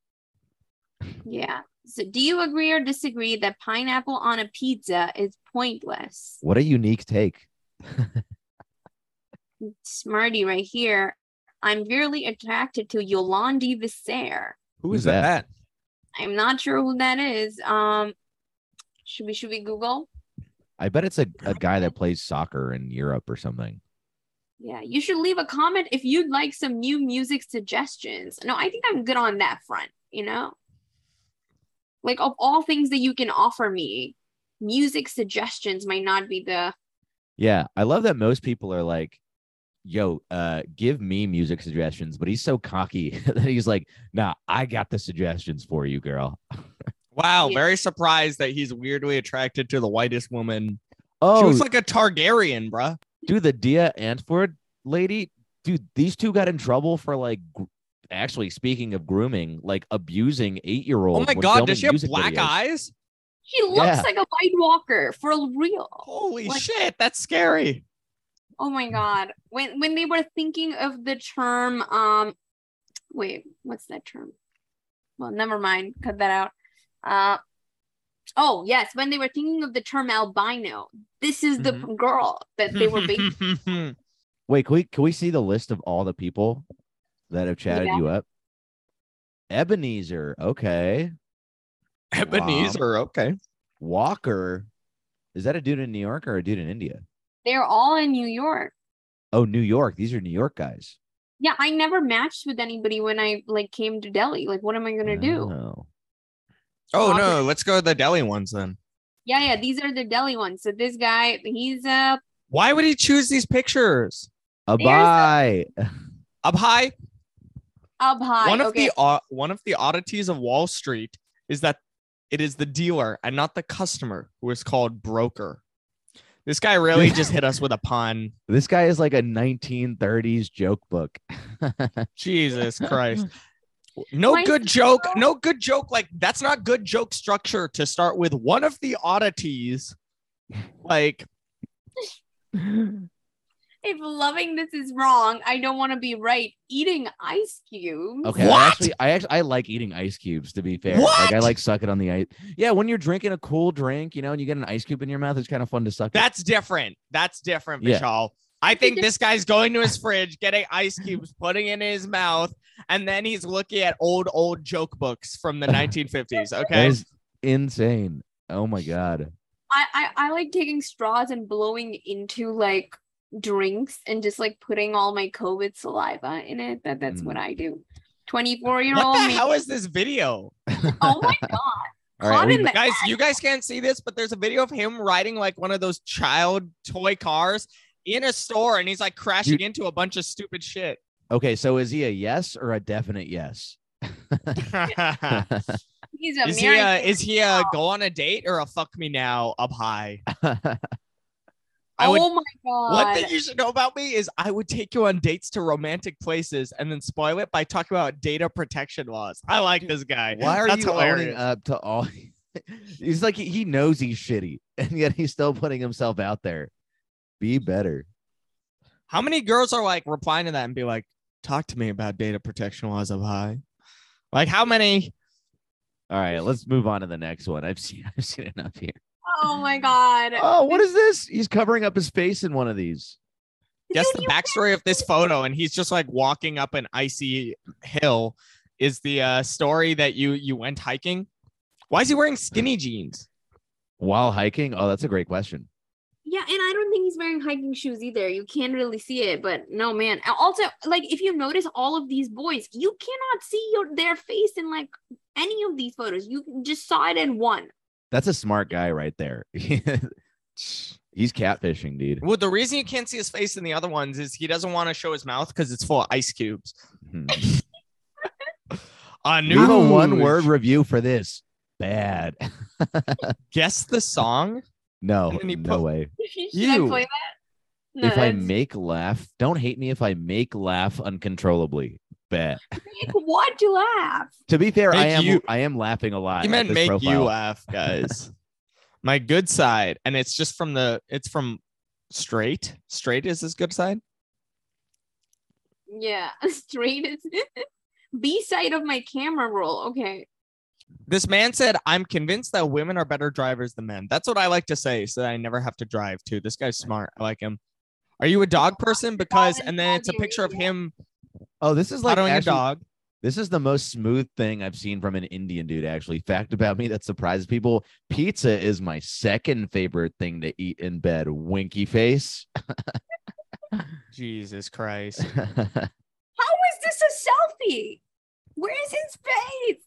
[SPEAKER 3] Yeah. So, do you agree or disagree that pineapple on a pizza is pointless?
[SPEAKER 1] what a unique take
[SPEAKER 3] Smarty right here. I'm really attracted to Yolandi Visser.
[SPEAKER 2] Who
[SPEAKER 1] Who's
[SPEAKER 2] is that?
[SPEAKER 3] I'm not sure who that is. Um, should we should we Google?
[SPEAKER 1] i bet it's a, a guy that plays soccer in europe or something
[SPEAKER 3] Yeah, you should leave a comment if you'd like some new music suggestions. No, I think I'm good on that front, you know? Like of all things that you can offer me, music suggestions might not be the
[SPEAKER 1] Yeah, I love that most people are like, "Yo, uh, give me music suggestions," but he's so cocky that he's like, "Nah, I got the suggestions for you, girl."
[SPEAKER 2] Wow.
[SPEAKER 3] Yeah.
[SPEAKER 2] Very surprised that he's weirdly attracted to the whitest woman. She
[SPEAKER 1] Oh,
[SPEAKER 2] looks like a Targaryen, bruh.
[SPEAKER 1] dude, the Dia Antford lady, dude, these two got in trouble for like, gr- actually speaking of grooming, like abusing eight-year-old.
[SPEAKER 2] Oh my god, does she have black eyes?
[SPEAKER 3] She looks
[SPEAKER 1] Yeah.
[SPEAKER 3] like a white walker for real.
[SPEAKER 2] Holy
[SPEAKER 3] Like-
[SPEAKER 2] shit, that's scary.
[SPEAKER 3] Oh my god. When when they were thinking of the term um wait, what's that term? Well, never mind, cut that out. Uh Oh, yes, when they were thinking of the term albino, this is the
[SPEAKER 2] Mhm.
[SPEAKER 3] girl that they were basing
[SPEAKER 1] Wait, can we can we see the list of all the people that have chatted
[SPEAKER 3] Yeah.
[SPEAKER 1] you up? Ebenezer, okay.
[SPEAKER 2] Ebenezer, okay.
[SPEAKER 1] Walker, is that a dude in New York or a dude in India?
[SPEAKER 3] They're all in New York.
[SPEAKER 1] Oh, New York. These are New York guys.
[SPEAKER 3] Yeah, I never matched with anybody when I like came to Delhi. Like, what am I gonna do?
[SPEAKER 1] Oh.
[SPEAKER 2] Oh
[SPEAKER 3] Walker.
[SPEAKER 2] no, let's go to the deli ones then.
[SPEAKER 3] Yeah, yeah, these are the Delhi ones. So this guy, he's uh
[SPEAKER 2] Why would he choose these pictures?
[SPEAKER 1] A
[SPEAKER 3] There's a-
[SPEAKER 1] bye.
[SPEAKER 2] Up high,
[SPEAKER 3] up high.
[SPEAKER 2] one of
[SPEAKER 3] okay.
[SPEAKER 2] the uh, one of the oddities of Wall Street is that it is the dealer and not the customer who is called broker. This guy really just hit us with a pun.
[SPEAKER 1] This guy is like a 1930s joke book.
[SPEAKER 2] Jesus Christ. No
[SPEAKER 3] Why
[SPEAKER 2] good
[SPEAKER 3] is it
[SPEAKER 2] joke.
[SPEAKER 3] so-
[SPEAKER 2] No good joke. Like that's not good joke structure to start with. One of the oddities, like
[SPEAKER 3] If loving this is wrong, I don't want to be right. Eating ice cubes.
[SPEAKER 1] Okay,
[SPEAKER 2] What?
[SPEAKER 1] I actually, I actually, I like eating ice cubes. To be fair, like I
[SPEAKER 2] What?
[SPEAKER 1] like sucking on the ice. Yeah, when you're drinking a cool drink, you know, and you get an ice cube in your mouth, it's kind of fun to suck. it.
[SPEAKER 2] that's different. That's different,
[SPEAKER 1] Yeah.
[SPEAKER 2] Vishal. I think this guy's going to his fridge, getting ice cubes, putting it in his mouth, and then he's looking at old old joke books from the 1950s.
[SPEAKER 1] That
[SPEAKER 2] Okay.
[SPEAKER 1] is insane. Oh my god.
[SPEAKER 3] I, I I like taking straws and blowing into like drinks and just like putting all my COVID saliva in it. That that's what I do. Twenty four year old.
[SPEAKER 2] What the Mm. hell is this video?
[SPEAKER 3] Oh my god!
[SPEAKER 1] All right,
[SPEAKER 3] Caught
[SPEAKER 1] we-
[SPEAKER 3] in the
[SPEAKER 2] guys you guys can't see this but there's a video of him riding like one of those child toy cars in a store and he's like crashing into a bunch of stupid shit
[SPEAKER 1] okay. So is he a yes or a definite yes?
[SPEAKER 3] he's a
[SPEAKER 2] is he uh, a,
[SPEAKER 3] American.
[SPEAKER 2] is he a go on a date or a fuck me now up high i would
[SPEAKER 3] oh my god!
[SPEAKER 2] one thing you should know about me is I would take you on dates to romantic places and then spoil it by talking about data protection laws. I like this guy.
[SPEAKER 1] Why are
[SPEAKER 2] That's
[SPEAKER 1] you owning
[SPEAKER 2] hilarious.
[SPEAKER 1] up to all? he's like he, he knows he's shitty, and yet he's still putting himself out there. Be better.
[SPEAKER 2] How many girls are like replying to that and be like, talk to me about data protection laws up high? Like, how many?
[SPEAKER 1] All right, let's move on to the next one. I've seen I've seen enough here.
[SPEAKER 3] oh my god!
[SPEAKER 1] Oh, what is this? He's covering up his face in one of these.
[SPEAKER 2] Guess
[SPEAKER 3] Dude,
[SPEAKER 2] the
[SPEAKER 3] you
[SPEAKER 2] backstory of this photo, and he's just like walking up an icy hill. Is the uh, story that you you went hiking? Why is he wearing skinny jeans?
[SPEAKER 1] While hiking? Oh, that's a great question.
[SPEAKER 3] Yeah, and I don't think he's wearing hiking shoes either. You can't really see it, but no, man. And Also, like if you notice all of these boys, you cannot see your their face in like any of these photos. You just saw it in one.
[SPEAKER 1] That's a smart guy right there. he's catfishing, dude.
[SPEAKER 2] Well, the reason you can't see his face in the other ones is he doesn't want to show his mouth because it's full of ice cubes.
[SPEAKER 1] Hmm.
[SPEAKER 2] A
[SPEAKER 1] Leave a
[SPEAKER 2] new
[SPEAKER 1] one word review for this. Bad.
[SPEAKER 2] Guess the song.
[SPEAKER 1] No,
[SPEAKER 2] And then he
[SPEAKER 1] no
[SPEAKER 2] put-
[SPEAKER 1] way.
[SPEAKER 3] Should
[SPEAKER 2] You.
[SPEAKER 3] I play that? No,
[SPEAKER 1] if I
[SPEAKER 3] that's-
[SPEAKER 1] make laugh, don't hate me if I make laugh uncontrollably. Bad.
[SPEAKER 3] Make what to laugh?
[SPEAKER 1] To be fair, I
[SPEAKER 2] Make
[SPEAKER 1] am
[SPEAKER 2] you-
[SPEAKER 1] I am laughing a lot.
[SPEAKER 2] He
[SPEAKER 1] at
[SPEAKER 2] meant
[SPEAKER 1] this
[SPEAKER 2] make you
[SPEAKER 1] profile.
[SPEAKER 2] laugh, guys. My good side, and it's just from the. It's from straight. Straight is his good side.
[SPEAKER 3] Yeah, straight is B side of my camera roll. Okay.
[SPEAKER 2] This man said, I'm convinced that women are better drivers than men. That's what I like to say, so that I never have to drive too. This guy's smart. I like him. Are you a dog person? Because, and then it's a picture of him
[SPEAKER 1] Oh, this is like
[SPEAKER 2] cuddling a
[SPEAKER 1] actually-
[SPEAKER 2] dog.
[SPEAKER 1] This is the most smooth thing I've seen from an Indian dude, actually. Fact about me that surprises people pizza is my second favorite thing to eat in bed. Winky face.
[SPEAKER 2] Jesus Christ.
[SPEAKER 3] How is this a selfie? Where is his face?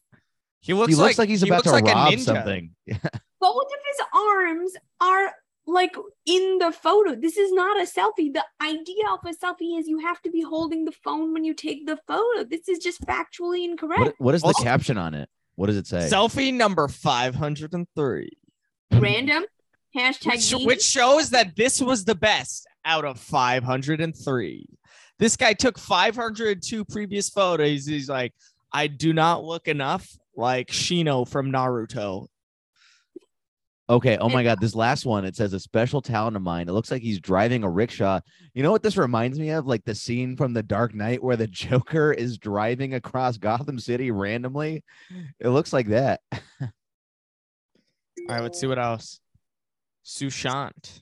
[SPEAKER 2] He looks,
[SPEAKER 1] he looks like, he's about
[SPEAKER 2] looks
[SPEAKER 1] to
[SPEAKER 2] like a
[SPEAKER 1] rob
[SPEAKER 2] ninja.
[SPEAKER 1] something.
[SPEAKER 3] Both of his arms are like in the photo. This is not a selfie. The idea of a selfie is you have to be holding the phone when you take the photo. This is just factually
[SPEAKER 1] What,
[SPEAKER 3] incorrect.
[SPEAKER 1] what is the
[SPEAKER 2] Also-
[SPEAKER 1] caption on it? What does it say?
[SPEAKER 2] Selfie number 503,
[SPEAKER 3] Random hashtag.
[SPEAKER 2] which,
[SPEAKER 3] B.
[SPEAKER 2] which shows that this was the best out of 503. This guy took 502 previous photos. He's like, I do not look enough like Shino from Naruto.
[SPEAKER 1] Okay. Oh my God. This last one, it says a special talent of mine. It looks like he's driving a rickshaw. You know what this reminds me of? Like the scene from The Dark Knight where the Joker is driving across Gotham City randomly. It looks like that.
[SPEAKER 2] All right, let's see what else. Sushant.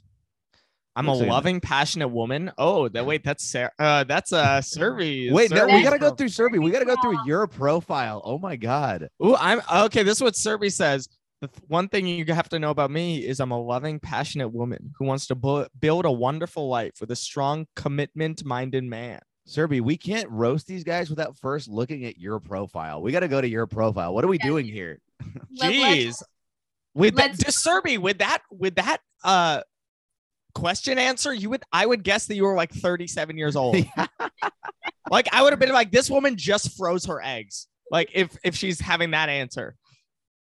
[SPEAKER 2] I'm
[SPEAKER 1] Looks
[SPEAKER 2] a
[SPEAKER 1] like a-
[SPEAKER 2] loving, passionate woman. Oh, that wait, that's Sarah. Uh, that's uh, Survey.
[SPEAKER 1] Wait, no, we
[SPEAKER 3] Serbia's
[SPEAKER 1] gotta go through Serbia. We gotta go through your profile. Oh my god.
[SPEAKER 2] Oh, I'm okay. This is what Survey says. The th- one thing you have to know about me is I'm a loving, passionate woman who wants to bu- build a wonderful life with a strong, commitment-minded man.
[SPEAKER 1] Serbi, we can't roast these guys without first looking at your profile. We gotta go to your profile. What are we doing here?
[SPEAKER 3] Let- let's-
[SPEAKER 2] Jeez, with that,
[SPEAKER 3] let's-
[SPEAKER 2] just Serbi, with that, with that, uh, question answer, you would, I would guess that you were like 37 years old. Like I would have been like, this woman just froze her eggs. Like if if she's having that answer.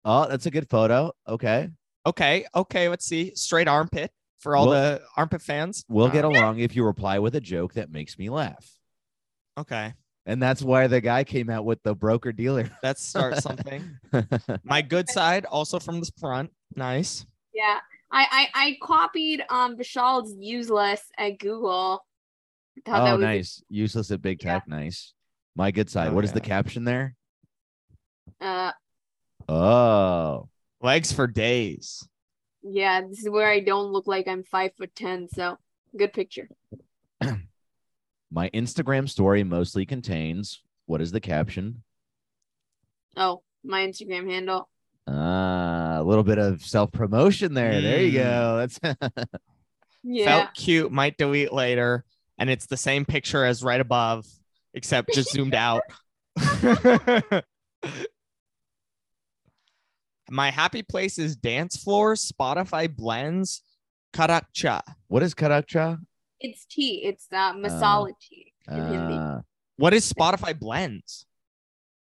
[SPEAKER 1] oh, that's a good photo. Okay.
[SPEAKER 2] Okay, okay, let's see. Straight armpit for all
[SPEAKER 1] Well-
[SPEAKER 2] the armpit fans.
[SPEAKER 1] We'll
[SPEAKER 2] Uh,
[SPEAKER 1] get along if you reply with a joke that makes me laugh.
[SPEAKER 2] okay.
[SPEAKER 1] And that's why the guy came out with the broker dealer.
[SPEAKER 2] Let's start something. My good side, also from the front. Nice.
[SPEAKER 3] Yeah. I, I, I copied um Vishal's useless at Google. Thought that
[SPEAKER 1] oh,
[SPEAKER 3] was-
[SPEAKER 1] nice. Useless at big
[SPEAKER 3] Yeah.
[SPEAKER 1] tech. Nice. My good side. What
[SPEAKER 2] Oh,
[SPEAKER 1] is the
[SPEAKER 2] yeah.
[SPEAKER 1] caption there?
[SPEAKER 3] Uh,
[SPEAKER 1] Oh,
[SPEAKER 2] Legs for days.
[SPEAKER 3] yeah, this is where I don't look like I'm five foot ten. So good picture.
[SPEAKER 1] my Instagram story mostly contains what is the caption?
[SPEAKER 3] Oh, my Instagram handle.
[SPEAKER 1] Ah, a little bit of self promotion there. There
[SPEAKER 2] Hmm.
[SPEAKER 1] you go. That's
[SPEAKER 3] Yeah.
[SPEAKER 2] Felt cute, might delete later. And it's the same picture as right above, except just zoomed out. My happy place is dance floors, Spotify blends, Karakcha.
[SPEAKER 1] what is Karakcha?
[SPEAKER 3] It's tea. It's uh, masala tea in Hindi.
[SPEAKER 1] Ah,
[SPEAKER 2] What is Spotify blends?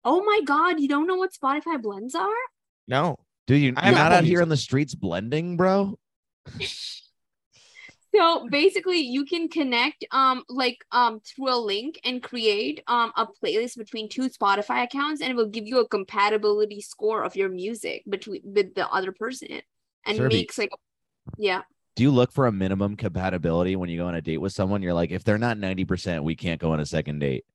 [SPEAKER 3] Oh my God, you don't know what Spotify blends are?
[SPEAKER 2] No.
[SPEAKER 1] dude, you,
[SPEAKER 2] I
[SPEAKER 1] you're
[SPEAKER 2] have
[SPEAKER 1] not
[SPEAKER 2] Apple
[SPEAKER 1] out here
[SPEAKER 2] Music.
[SPEAKER 1] on the streets blending, bro.
[SPEAKER 3] So basically, you can connect um like um through a link and create um a playlist between two Spotify accounts, and it will give you a compatibility score of your music between with the other person, and
[SPEAKER 1] Serbi.
[SPEAKER 3] makes like yeah
[SPEAKER 1] Do you look for a minimum compatibility when you go on a date with someone? You're like, if they're not 90%, we can't go on a second date.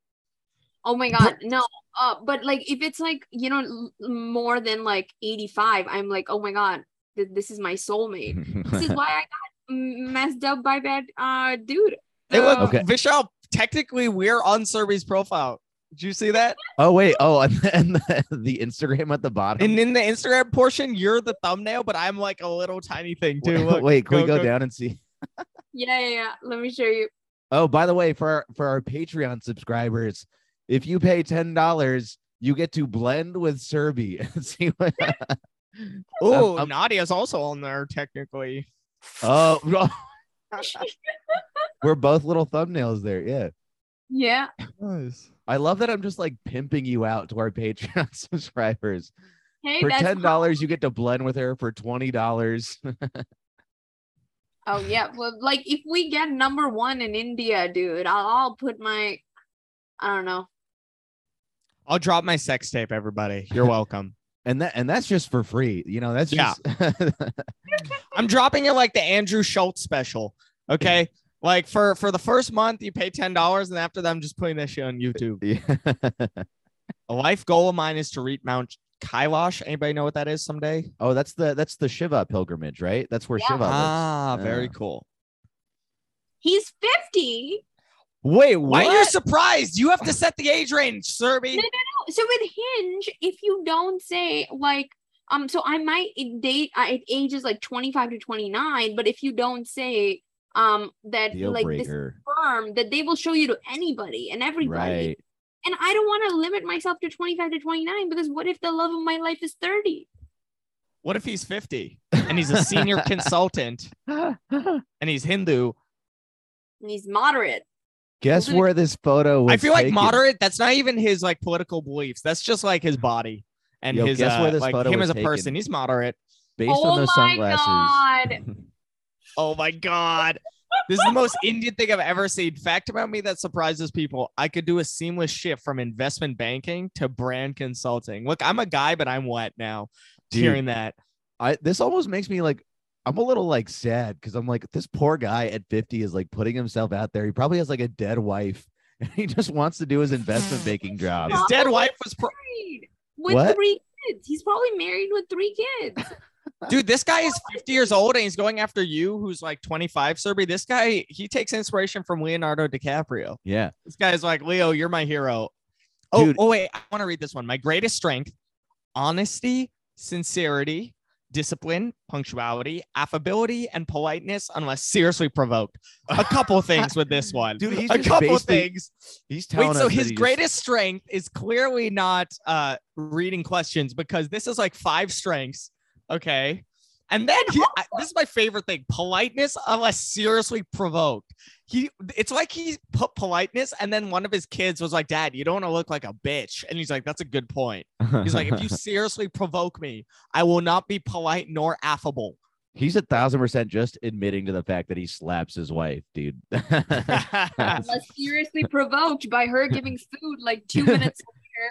[SPEAKER 3] oh my god no uh but like if it's like you know l- more than like eighty five, I'm like oh my god th- this is my soulmate. this is why I got m- messed up by that uh dude.
[SPEAKER 2] It was,
[SPEAKER 3] Uh,
[SPEAKER 1] Okay.
[SPEAKER 2] Vishal, technically, we're on Serby's profile. Did you see that?
[SPEAKER 1] oh, wait. Oh, and, and the, the Instagram at the bottom.
[SPEAKER 2] And in the Instagram portion, you're the thumbnail, but I'm like a little tiny thing too.
[SPEAKER 1] Wait,
[SPEAKER 2] Look,
[SPEAKER 1] wait, can we
[SPEAKER 2] go,
[SPEAKER 1] go,
[SPEAKER 2] go.
[SPEAKER 1] down and see?
[SPEAKER 3] Yeah, yeah, yeah. Let me show you.
[SPEAKER 1] Oh, by the way, for our, for our Patreon subscribers, if you pay ten dollars, you get to blend with Serbi. see what?
[SPEAKER 2] Oh,
[SPEAKER 1] Um, um,
[SPEAKER 2] Nadia's also on there technically.
[SPEAKER 1] Oh, no. we're both little thumbnails there. Yeah,
[SPEAKER 3] Yeah.
[SPEAKER 1] I love that. I'm just like pimping you out to our Patreon subscribers.
[SPEAKER 3] Hey,
[SPEAKER 1] For
[SPEAKER 3] that's
[SPEAKER 1] ten dollars, you get to blend with her. For twenty dollars,
[SPEAKER 3] Oh yeah, well, like if we get number one in India, dude, I'll, I'll put my, I don't know.
[SPEAKER 2] I'll drop my sex tape, everybody. You're welcome.
[SPEAKER 1] and that and that's just for free. You know, that's
[SPEAKER 2] Yeah.
[SPEAKER 1] just
[SPEAKER 2] I'm dropping it like the Andrew Schultz special. Okay. Like for for the first month, you pay ten dollars, and after that, I'm just putting that shit on YouTube.
[SPEAKER 1] yeah.
[SPEAKER 2] A life goal of mine is to reach Mount Kailash. Anybody know what that is someday?
[SPEAKER 1] oh, that's the that's the Shiva pilgrimage, right? That's where
[SPEAKER 3] Yeah.
[SPEAKER 1] Shiva lives.
[SPEAKER 2] Ah, very
[SPEAKER 1] Yeah.
[SPEAKER 2] cool.
[SPEAKER 3] He's fifty.
[SPEAKER 1] Wait,
[SPEAKER 2] Why you're surprised? You have to set the age range, Serby.
[SPEAKER 3] No, Oh, So with Hinge, if you don't say like, um, so I might date uh, at ages like twenty five to twenty nine, but if you don't say, um, that
[SPEAKER 1] Deal
[SPEAKER 3] like this
[SPEAKER 1] breaker.
[SPEAKER 3] firm that they will show you to anybody and everybody.
[SPEAKER 1] Right.
[SPEAKER 3] And I don't want to limit myself to 25 to 29 because what if the love of my life is 30?
[SPEAKER 2] What if he's 50 and he's a senior consultant and he's Hindu?
[SPEAKER 3] And he's moderate.
[SPEAKER 1] Guess
[SPEAKER 3] Literally-
[SPEAKER 1] where this photo was.
[SPEAKER 2] I feel like
[SPEAKER 1] taken?
[SPEAKER 2] moderate, that's not even his like political beliefs. That's just like his body and
[SPEAKER 1] Yo,
[SPEAKER 2] his
[SPEAKER 1] guess
[SPEAKER 2] uh,
[SPEAKER 1] where this
[SPEAKER 2] like
[SPEAKER 1] photo
[SPEAKER 2] him
[SPEAKER 1] was
[SPEAKER 2] as a
[SPEAKER 1] taken?
[SPEAKER 2] person. He's moderate.
[SPEAKER 1] based
[SPEAKER 3] oh
[SPEAKER 1] on those
[SPEAKER 3] my
[SPEAKER 1] sunglasses.
[SPEAKER 3] god.
[SPEAKER 2] Oh my god. This is the most Indian thing I've ever seen. Fact about me that surprises people. I could do a seamless shift from investment banking to brand consulting. Look, I'm a guy, but I'm wet now.
[SPEAKER 1] Dude.
[SPEAKER 2] Hearing that.
[SPEAKER 1] I this almost makes me like I'm a little like sad because I'm like this poor guy at 50 is like putting himself out there. He probably has like a dead wife and he just wants to do his investment banking job.
[SPEAKER 2] His dead wife was pro-
[SPEAKER 3] married with
[SPEAKER 1] What?
[SPEAKER 3] three kids. He's probably married with three kids.
[SPEAKER 2] Dude, this guy is 50 years old and he's going after you, who's like 25, Serby. This guy, he takes inspiration from Leonardo DiCaprio.
[SPEAKER 1] Yeah.
[SPEAKER 2] This guy's like, Leo, you're my hero. Oh,
[SPEAKER 1] Dude.
[SPEAKER 2] oh wait, I want to read this one. My greatest strength, honesty, sincerity, discipline, punctuality, affability, and politeness, unless seriously provoked. A couple things with this one.
[SPEAKER 1] Dude, he's
[SPEAKER 2] a
[SPEAKER 1] just
[SPEAKER 2] couple
[SPEAKER 1] basically-
[SPEAKER 2] things.
[SPEAKER 1] He's telling
[SPEAKER 2] Wait, so
[SPEAKER 1] us that
[SPEAKER 2] his
[SPEAKER 1] he just-
[SPEAKER 2] greatest strength is clearly not uh reading questions because this is like five strengths. Okay. And then he, I- this is my favorite thing: politeness, unless seriously provoked. He, it's like he put politeness, and then one of his kids was like, "Dad, you don't want to look like a bitch," and he's like, "That's a good point." He's like, "If you seriously provoke me, I will not be polite nor affable."
[SPEAKER 1] He's a thousand percent just admitting to the fact that he slaps his wife, dude.
[SPEAKER 3] was seriously provoked by her giving food like two minutes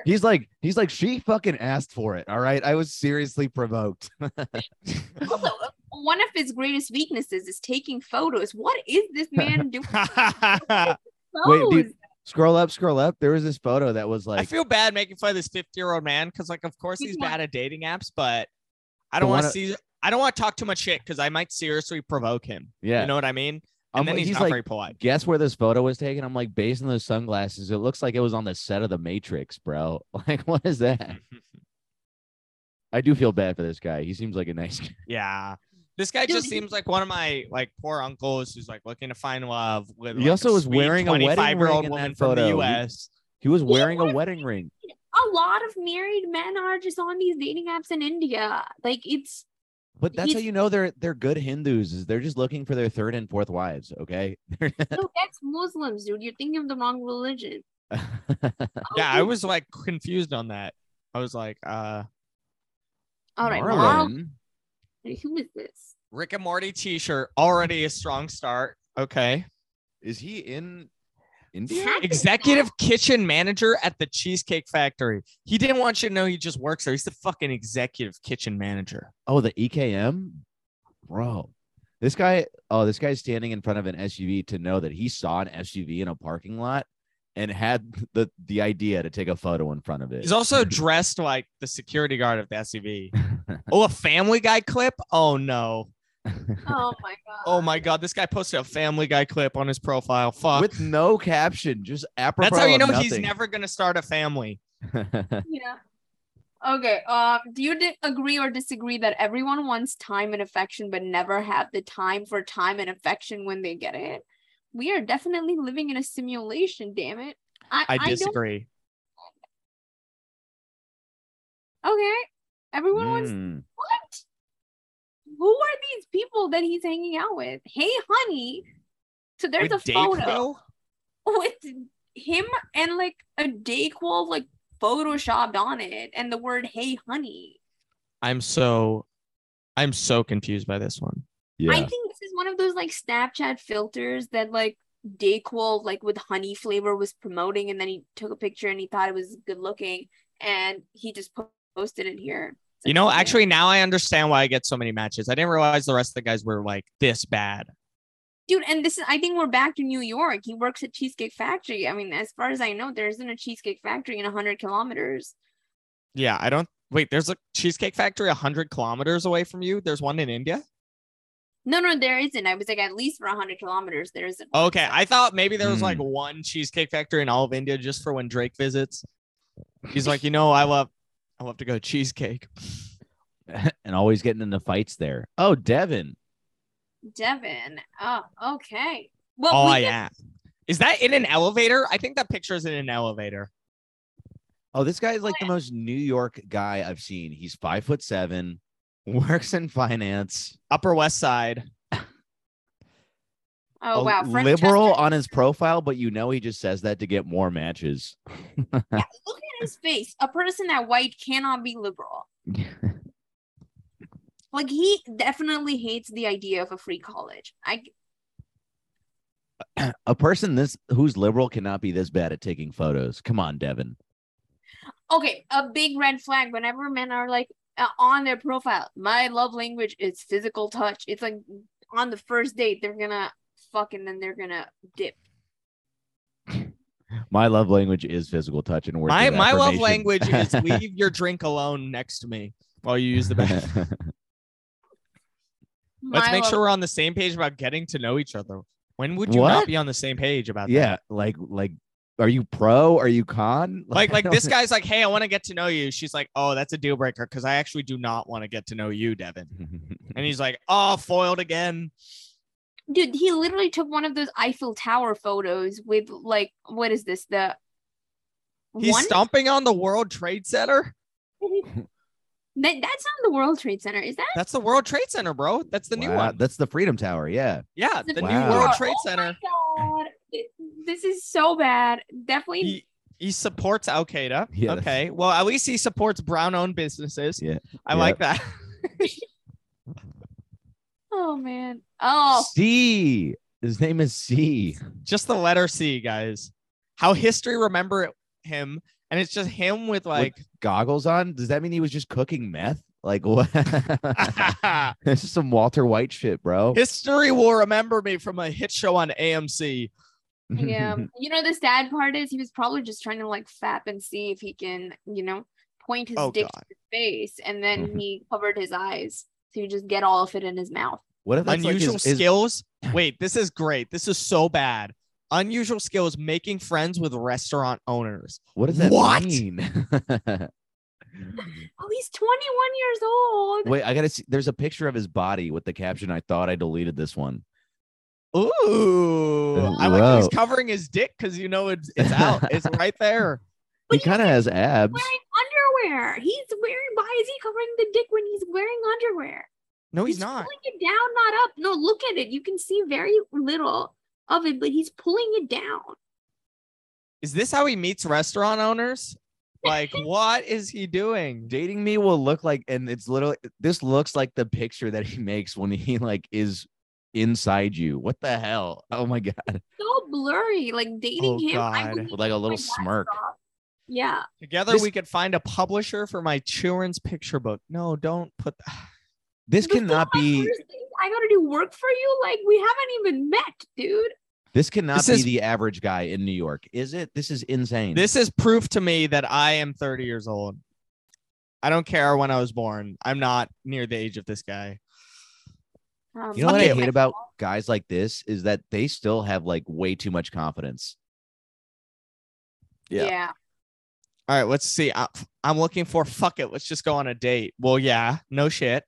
[SPEAKER 1] he's like, he's like, she fucking asked for it. All right. I was seriously provoked.
[SPEAKER 3] Also, one of his greatest weaknesses is taking photos. What is this man doing?
[SPEAKER 1] Wait,
[SPEAKER 3] Photos.
[SPEAKER 1] dude, scroll up, scroll up. There was this photo that was
[SPEAKER 2] I
[SPEAKER 1] like,
[SPEAKER 2] feel bad making fun of this 50 year old man because, like, of course
[SPEAKER 3] He's
[SPEAKER 2] he's
[SPEAKER 3] not-
[SPEAKER 2] bad at dating apps, but I don't
[SPEAKER 1] But
[SPEAKER 2] want
[SPEAKER 1] wanna-
[SPEAKER 2] to see. I don't want to talk too much shit because I might seriously provoke him.
[SPEAKER 1] yeah.
[SPEAKER 2] You know what I mean? And
[SPEAKER 1] I'm
[SPEAKER 2] then
[SPEAKER 1] like-
[SPEAKER 2] he's,
[SPEAKER 1] he's
[SPEAKER 2] not
[SPEAKER 1] like,
[SPEAKER 2] very polite.
[SPEAKER 1] guess where this photo was taken? I'm like, based on those sunglasses, it looks like it was on the set of The Matrix, bro. Like, what is that? I do feel bad for this guy. He seems like a nice guy.
[SPEAKER 2] Yeah. This guy
[SPEAKER 3] Dude,
[SPEAKER 2] just
[SPEAKER 3] he-
[SPEAKER 2] seems like one of my like poor uncles who's like looking to find love with.
[SPEAKER 1] He
[SPEAKER 2] like,
[SPEAKER 1] also
[SPEAKER 2] a
[SPEAKER 1] was
[SPEAKER 2] sweet
[SPEAKER 1] wearing a wedding ring
[SPEAKER 2] 25-year-old
[SPEAKER 1] in that
[SPEAKER 2] woman from the
[SPEAKER 1] photo. He-
[SPEAKER 2] U.S.
[SPEAKER 1] He was
[SPEAKER 3] Yeah,
[SPEAKER 1] wearing
[SPEAKER 3] what
[SPEAKER 1] a
[SPEAKER 3] if-
[SPEAKER 1] wedding ring.
[SPEAKER 3] a lot of married men are just on these dating apps in India. Like it's
[SPEAKER 1] But that's how
[SPEAKER 3] He's-
[SPEAKER 1] you know they're they're good Hindus, is they're just looking for their third and fourth wives, okay?
[SPEAKER 3] no, that's Muslims, dude. You're thinking of the wrong religion.
[SPEAKER 2] Yeah,
[SPEAKER 3] Oh,
[SPEAKER 2] I was like confused on that. I was like, uh,
[SPEAKER 3] all right. Marlon.
[SPEAKER 1] Marlon.
[SPEAKER 3] Who is this?
[SPEAKER 2] Rick and Morty T-shirt already a strong start. Okay.
[SPEAKER 1] Is he in India?
[SPEAKER 3] Happy
[SPEAKER 2] Executive kitchen manager at the Cheesecake Factory. He didn't want you to know he just works there. He's the fucking executive kitchen manager.
[SPEAKER 1] Oh, the EKM? Bro. This guy, oh, this guy's standing in front of an SUV to know that he saw an SUV in a parking lot and had the the idea to take a photo in front of it.
[SPEAKER 2] He's also dressed like the security guard of the SUV. oh, a Family Guy clip? Oh no.
[SPEAKER 3] Oh my god.
[SPEAKER 2] Oh my god, this guy posted a Family Guy clip on his profile. Fuck.
[SPEAKER 1] with no caption, just apropos.
[SPEAKER 2] That's how you
[SPEAKER 1] of
[SPEAKER 2] know he's
[SPEAKER 1] nothing.
[SPEAKER 2] never gonna start a family.
[SPEAKER 3] Yeah. Okay. Um. Do you di- agree or disagree that everyone wants time and affection, but never have the time for time and affection when they get it? We are definitely living in a simulation. Damn it. I,
[SPEAKER 2] I
[SPEAKER 3] I don't-
[SPEAKER 2] disagree.
[SPEAKER 3] Okay. Everyone wants
[SPEAKER 1] Mm.
[SPEAKER 3] what?
[SPEAKER 2] Mm.
[SPEAKER 3] Who are these people that he's hanging out with? Hey, honey. So there's
[SPEAKER 2] With
[SPEAKER 3] a
[SPEAKER 2] Dayquil?
[SPEAKER 3] photo with him and like a Dayquil like photoshopped on it, and the word "Hey, honey."
[SPEAKER 2] I'm so I'm so confused by this one.
[SPEAKER 1] Yeah.
[SPEAKER 3] I think this is one of those like Snapchat filters that like Dayquil like with honey flavor was promoting, and then he took a picture and he thought it was good looking, and he just po- posted it here. It's
[SPEAKER 2] You
[SPEAKER 3] like,
[SPEAKER 2] know,
[SPEAKER 3] yeah.
[SPEAKER 2] actually now I understand why I get so many matches. I didn't realize the rest of the guys were like this bad.
[SPEAKER 3] dude, and this is I think we're back to New York. He works at Cheesecake Factory. I mean, as far as I know, there isn't a Cheesecake Factory in hundred kilometers.
[SPEAKER 2] Yeah, I don't wait, there's a cheesecake factory hundred kilometers away from you. There's one in India.
[SPEAKER 3] No, no, there isn't. I was like, at least for hundred kilometers, there isn't. one.
[SPEAKER 2] Okay, I thought maybe there was like
[SPEAKER 1] Hmm.
[SPEAKER 2] one cheesecake factory in all of India just for when Drake visits. He's like, you know, I love, I love to go cheesecake.
[SPEAKER 1] and always getting into fights there. Oh, Devin.
[SPEAKER 3] Devin. Oh, okay. Well,
[SPEAKER 2] all
[SPEAKER 3] we
[SPEAKER 2] Oh, I
[SPEAKER 3] can-
[SPEAKER 2] am. Is that in an elevator? I think that picture is in an elevator.
[SPEAKER 1] Oh, this guy is like the most New York guy I've seen. He's five foot seven, works in finance,
[SPEAKER 2] Upper West Side.
[SPEAKER 3] Oh
[SPEAKER 1] a
[SPEAKER 3] wow,
[SPEAKER 1] liberal
[SPEAKER 3] Francesca-
[SPEAKER 1] on his profile, but you know he just says that to get more matches.
[SPEAKER 3] Yeah, look at his face. A person that white cannot be liberal. Like he definitely hates the idea of a free college. I
[SPEAKER 1] a person this who's liberal cannot be this bad at taking photos. Come on, Devin.
[SPEAKER 3] okay, a big red flag whenever men are like uh, on their profile. My love language is physical touch. It's like on the first date they're gonna fuck and then they're gonna dip.
[SPEAKER 1] My love language is physical touch and words.
[SPEAKER 2] My
[SPEAKER 1] of
[SPEAKER 2] my love
[SPEAKER 1] affirmation.
[SPEAKER 2] language is leave your drink alone next to me while you use the bathroom. Let's
[SPEAKER 3] My
[SPEAKER 2] make
[SPEAKER 3] love-
[SPEAKER 2] sure we're on the same page about getting to know each other. When would you
[SPEAKER 1] What?
[SPEAKER 2] not be on the same page about that?
[SPEAKER 1] yeah, like like, are you pro? Are you con?
[SPEAKER 2] like
[SPEAKER 1] I
[SPEAKER 2] like
[SPEAKER 1] don't-
[SPEAKER 2] this guy's like, hey, I want to get to know you. She's like, oh, that's a deal breaker because I actually do not want to get to know you, Devin. And he's like, oh, foiled again.
[SPEAKER 3] dude, he literally took one of those Eiffel Tower photos with like what is this the
[SPEAKER 2] He's stomping on the World Trade Center.
[SPEAKER 3] That, that's not the World Trade Center, is that?
[SPEAKER 2] That's the World Trade Center, bro. That's the new
[SPEAKER 1] Wow,
[SPEAKER 2] one.
[SPEAKER 1] That's the Freedom Tower. Yeah.
[SPEAKER 2] Yeah,
[SPEAKER 3] The
[SPEAKER 2] Uh, the
[SPEAKER 1] Wow.
[SPEAKER 2] new World
[SPEAKER 3] Oh
[SPEAKER 2] Trade
[SPEAKER 3] my
[SPEAKER 2] Center.
[SPEAKER 3] God, th- this is so bad. Definitely
[SPEAKER 2] He, he supports Al Qaeda.
[SPEAKER 1] Yeah, that's-
[SPEAKER 2] okay. Well, at least he supports brown owned businesses.
[SPEAKER 1] Yeah,
[SPEAKER 2] I
[SPEAKER 1] yeah.
[SPEAKER 2] like that.
[SPEAKER 3] Oh man. Oh,
[SPEAKER 1] C. His name is C.
[SPEAKER 2] Just the letter C, guys. How history remember it- him, and it's just him with like
[SPEAKER 1] Goggles on. Does that mean he was just cooking meth? Like what? That's just some Walter White shit, bro.
[SPEAKER 2] history will remember me from a hit show on AMC.
[SPEAKER 3] yeah. you know the sad part is he was probably just trying to like fap and see if he can, you know, point his
[SPEAKER 2] Oh,
[SPEAKER 3] dick
[SPEAKER 2] God. Mm-hmm.
[SPEAKER 3] to his face, and then
[SPEAKER 1] Mhm.
[SPEAKER 3] he covered his eyes so you just get all of it in his mouth.
[SPEAKER 1] what if that's like
[SPEAKER 2] Unusual
[SPEAKER 1] his- his-
[SPEAKER 2] skills. Wait, this is great. This is so bad. Unusual skills making friends with restaurant owners.
[SPEAKER 1] what does that
[SPEAKER 2] What?
[SPEAKER 1] mean?
[SPEAKER 3] Oh, he's 21 years old.
[SPEAKER 1] Wait, I gotta see. There's a picture of his body with the caption. I thought I deleted this one.
[SPEAKER 2] Ooh, I like how he's
[SPEAKER 1] Whoa.
[SPEAKER 2] covering his dick because you know it's it's out. It's right there.
[SPEAKER 1] He
[SPEAKER 3] But he's
[SPEAKER 1] kind of has abs.
[SPEAKER 3] wearing underwear. He's wearing. Why is he covering the dick when he's wearing underwear?
[SPEAKER 2] No, Oh, he's not.
[SPEAKER 3] pulling it down, not up. No, look at it. You can see very little of it, but he's pulling it down.
[SPEAKER 2] Is this how he meets restaurant owners? Like, what is he doing?
[SPEAKER 1] Dating me will look like, and it's literally this looks like the picture that he makes when he like is inside you. What the hell? Oh my god!
[SPEAKER 3] So blurry. Like dating
[SPEAKER 2] Oh,
[SPEAKER 3] him. I
[SPEAKER 2] God.
[SPEAKER 3] wouldn't
[SPEAKER 1] With like a little
[SPEAKER 3] my God,
[SPEAKER 1] smirk.
[SPEAKER 3] stop. Yeah.
[SPEAKER 2] Together
[SPEAKER 1] This-
[SPEAKER 2] we could find a publisher for my children's picture book. No, don't put that.
[SPEAKER 3] This
[SPEAKER 1] This
[SPEAKER 3] is
[SPEAKER 1] cannot
[SPEAKER 3] my
[SPEAKER 1] be.
[SPEAKER 3] first date. I gotta do work for you. Like we haven't even met, dude.
[SPEAKER 1] This cannot
[SPEAKER 2] This
[SPEAKER 1] be
[SPEAKER 2] is-
[SPEAKER 1] the average guy in New York, is it? This is insane.
[SPEAKER 2] This is proof to me that I am 30 years old. I don't care when I was born. I'm not near the age of this guy.
[SPEAKER 3] Um,
[SPEAKER 1] you know what I
[SPEAKER 2] Okay.
[SPEAKER 1] hate about guys like this is that they still have like way too much confidence.
[SPEAKER 2] Yeah. All right, let's see. I, I'm looking for fuck it. Let's just go on a date. Well, yeah, no shit.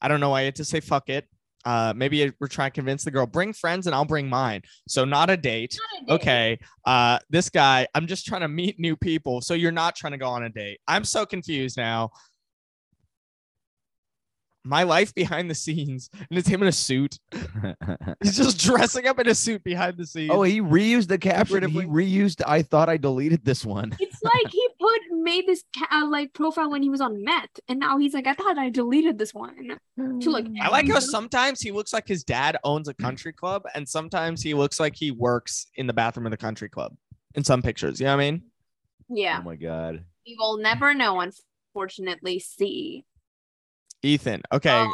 [SPEAKER 2] I don't know why you had to say fuck it. Uh, maybe we're trying to convince the girl bring friends and I'll bring mine. So not a date.
[SPEAKER 3] Not a date.
[SPEAKER 2] okay uh this guy i'm just trying to meet new people so you're not trying to go on a date i'm so confused now my life behind the scenes and it's him in a suit he's just dressing up in a suit behind the scenes
[SPEAKER 1] oh, he reused the caption. He
[SPEAKER 2] Figuratively.
[SPEAKER 1] reused. I thought I deleted this one.
[SPEAKER 3] It's like he put made this ca- uh, like profile when he was on meth, and now he's like, I thought I deleted this one. To like,
[SPEAKER 2] i like how
[SPEAKER 3] everyone.
[SPEAKER 2] sometimes he looks like his dad owns a country club and sometimes he looks like he works in the bathroom of the country club in some pictures you know what i mean
[SPEAKER 3] Yeah,
[SPEAKER 1] Oh my god.
[SPEAKER 3] we will never know. Unfortunately, see.
[SPEAKER 2] ethan okay
[SPEAKER 3] Oh,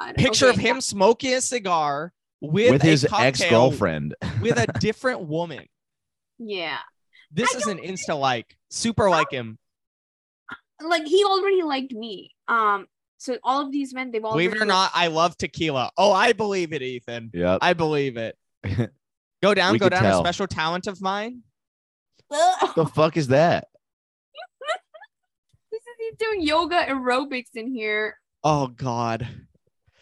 [SPEAKER 3] God.
[SPEAKER 2] picture
[SPEAKER 3] Okay,
[SPEAKER 2] of him smoking a cigar with,
[SPEAKER 1] With
[SPEAKER 2] a
[SPEAKER 1] his
[SPEAKER 2] cocktail
[SPEAKER 1] ex girlfriend.
[SPEAKER 2] with a different woman
[SPEAKER 3] Yeah.
[SPEAKER 2] This
[SPEAKER 3] I
[SPEAKER 2] is an insta like, super like him.
[SPEAKER 3] Like he already liked me. Um. So all of these men, they've already.
[SPEAKER 2] Believe it or not, I love tequila. Oh, I believe it, Ethan.
[SPEAKER 1] Yep.
[SPEAKER 2] I believe it. Go down,
[SPEAKER 1] We
[SPEAKER 2] go
[SPEAKER 1] could
[SPEAKER 2] down.
[SPEAKER 1] tell.
[SPEAKER 2] A special talent of mine.
[SPEAKER 1] the fuck is that?
[SPEAKER 3] this is he's doing yoga aerobics in here.
[SPEAKER 2] Oh God,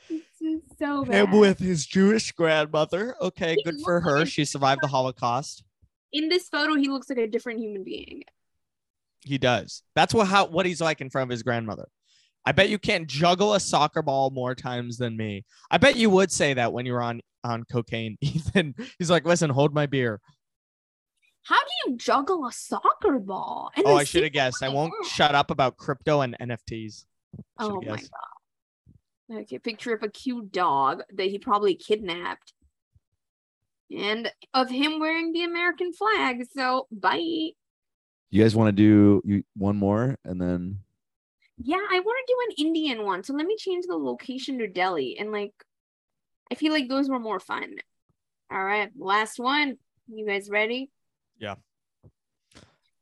[SPEAKER 3] This is so bad.
[SPEAKER 2] him with his Jewish grandmother. Okay,
[SPEAKER 3] He
[SPEAKER 2] good for
[SPEAKER 3] looks like
[SPEAKER 2] her.
[SPEAKER 3] a-
[SPEAKER 2] She survived the Holocaust.
[SPEAKER 3] in this photo, he looks like a different human being.
[SPEAKER 2] He does. That's what how what he's like in front of his grandmother. I bet you can't juggle a soccer ball more times than me. I bet you would say that when you were on on cocaine, Ethan. He's like, listen, hold my beer.
[SPEAKER 3] How do you juggle a soccer ball? And
[SPEAKER 2] Oh,
[SPEAKER 3] a
[SPEAKER 2] I should have
[SPEAKER 3] seat-
[SPEAKER 2] guessed. I
[SPEAKER 3] my
[SPEAKER 2] won't
[SPEAKER 3] God.
[SPEAKER 2] shut up about crypto and NFTs. Should've
[SPEAKER 3] Oh my
[SPEAKER 2] guessed.
[SPEAKER 3] god. Okay, picture of a cute dog that he probably kidnapped, and of him wearing the American flag. So bye.
[SPEAKER 1] You guys want to do you, one more and then
[SPEAKER 3] Yeah, I want to do an Indian one. So let me change the location to Delhi. And like, I feel like those were more fun. All right, last one. You guys ready?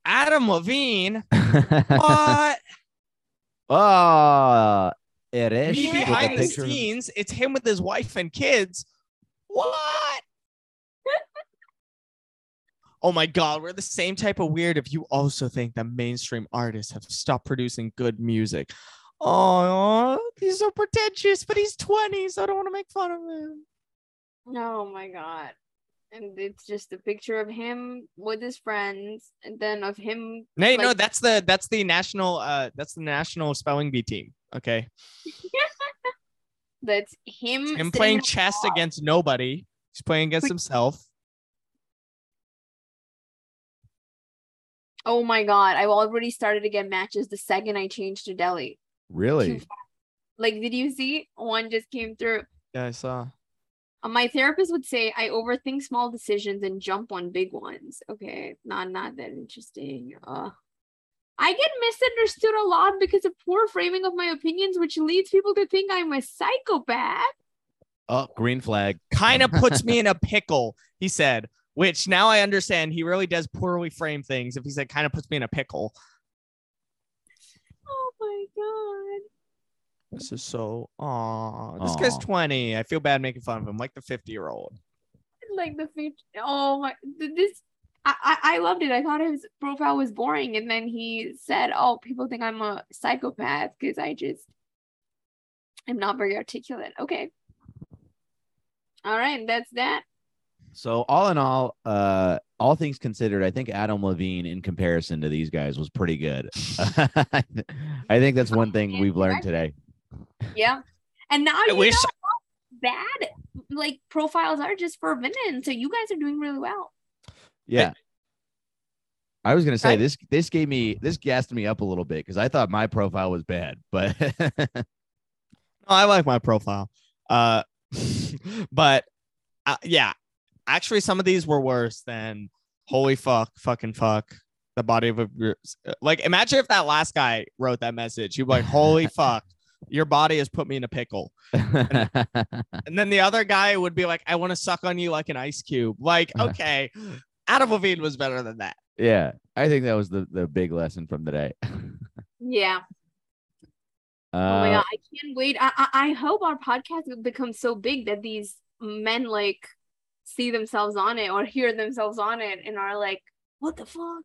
[SPEAKER 2] Adam Levine. What?
[SPEAKER 1] Ah, it is
[SPEAKER 2] Me
[SPEAKER 3] Shit, with
[SPEAKER 2] behind
[SPEAKER 3] the
[SPEAKER 2] the
[SPEAKER 3] picture.
[SPEAKER 2] scenes. It's him with his wife and kids. What? oh my God, we're the same type of weird if you also think that mainstream artists have stopped producing good music. Oh, he's so pretentious, but he's 20, so I don't want to make fun of him.
[SPEAKER 3] Oh my God. And it's just a picture of him with his friends, and then of him.
[SPEAKER 2] No, no,
[SPEAKER 3] Like-
[SPEAKER 2] that's the that's the national uh that's the national spelling bee team. Okay.
[SPEAKER 3] That's him.
[SPEAKER 2] him
[SPEAKER 3] sitting
[SPEAKER 2] playing
[SPEAKER 3] on-
[SPEAKER 2] chess against nobody. He's playing against
[SPEAKER 3] Wait.
[SPEAKER 2] himself.
[SPEAKER 3] Oh my God. I already started to get matches the second I changed to Delhi.
[SPEAKER 1] really?
[SPEAKER 3] Like, did you see one just came through?
[SPEAKER 2] Yeah, I saw.
[SPEAKER 3] Uh, My therapist would say I overthink small decisions and jump on big ones. Okay, not not that interesting. Uh, I get misunderstood a lot because of poor framing of my opinions, which leads people to think I'm a psychopath.
[SPEAKER 1] Oh, green flag.
[SPEAKER 2] kind of puts me in a pickle, he said, which now I understand he really does poorly frame things if he said kind of puts me in a pickle.
[SPEAKER 3] Oh my god!
[SPEAKER 2] This is so aw. This guy's
[SPEAKER 1] Aw.
[SPEAKER 2] 20. I feel bad making fun of him, like the 50 year old.
[SPEAKER 3] Like the future. Oh my! th- This I, I I loved it. I thought his profile was boring, and then he said, "Oh, people think I'm a psychopath because I just I'm not very articulate." Okay. All right, that's that.
[SPEAKER 1] So all in all, uh, all things considered, I think Adam Levine, in comparison to these guys, was pretty good. I think that's one thing we've learned today.
[SPEAKER 3] Yeah. And now you
[SPEAKER 2] wish-
[SPEAKER 3] know how bad like profiles are just for women. So you guys are doing really well.
[SPEAKER 1] Yeah. I was gonna say
[SPEAKER 2] I-
[SPEAKER 1] this. This gave me this gassed me up a little bit because I thought my profile was bad, but
[SPEAKER 2] No, I like my profile. Uh, but uh, yeah, actually, some of these were worse than holy fuck, fucking fuck. The body of a uh, like, imagine if that last guy wrote that message. He'd be like, holy fuck, your body has put me in a pickle. And then the other guy would be like, I want to suck on you like an ice cube. Like, okay, Adam Levine was better than that.
[SPEAKER 1] yeah, I think that was the the big lesson from today.
[SPEAKER 3] Yeah. oh my
[SPEAKER 1] Uh,
[SPEAKER 3] god, I can't wait. I, I I hope our podcast will become so big that these men like see themselves on it or hear themselves on it and are like, what the fuck?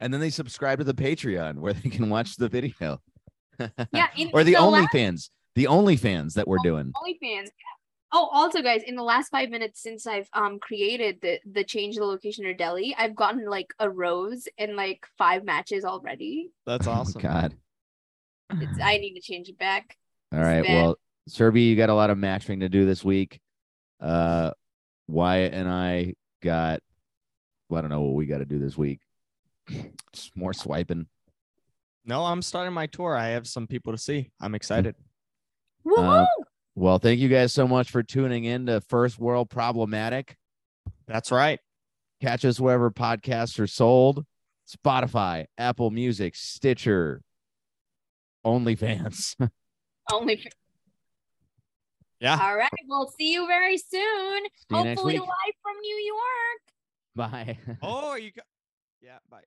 [SPEAKER 1] and then they subscribe to the Patreon where they can watch the video
[SPEAKER 3] Yeah. In,
[SPEAKER 1] or
[SPEAKER 3] in
[SPEAKER 1] the
[SPEAKER 3] last-
[SPEAKER 1] OnlyFans, the OnlyFans that we're doing.
[SPEAKER 3] OnlyFans. Oh, also, guys, in the last five minutes since I've um created the the change the location or deli, I've gotten like a rose in like five matches already.
[SPEAKER 2] That's awesome.
[SPEAKER 1] Oh God.
[SPEAKER 3] It's, I need to change it back.
[SPEAKER 1] All right.
[SPEAKER 3] bad.
[SPEAKER 1] Well, Serby, you got a lot of matching to do this week. Uh, Wyatt and I got, well, I don't know what we got to do this week. Just more swiping.
[SPEAKER 2] No, I'm starting my tour. I have some people to see. I'm excited.
[SPEAKER 1] Uh,
[SPEAKER 3] Woohoo!
[SPEAKER 1] Well, thank you guys so much for tuning in to First World Problematic.
[SPEAKER 2] That's right.
[SPEAKER 1] Catch us wherever podcasts are sold Spotify, Apple Music, Stitcher, OnlyFans.
[SPEAKER 3] Only.
[SPEAKER 2] Yeah.
[SPEAKER 3] All right. We'll see you very soon.
[SPEAKER 1] See you next
[SPEAKER 3] Hopefully,
[SPEAKER 1] week.
[SPEAKER 3] live from New York.
[SPEAKER 1] Bye.
[SPEAKER 2] Oh, you. Go- yeah. Bye.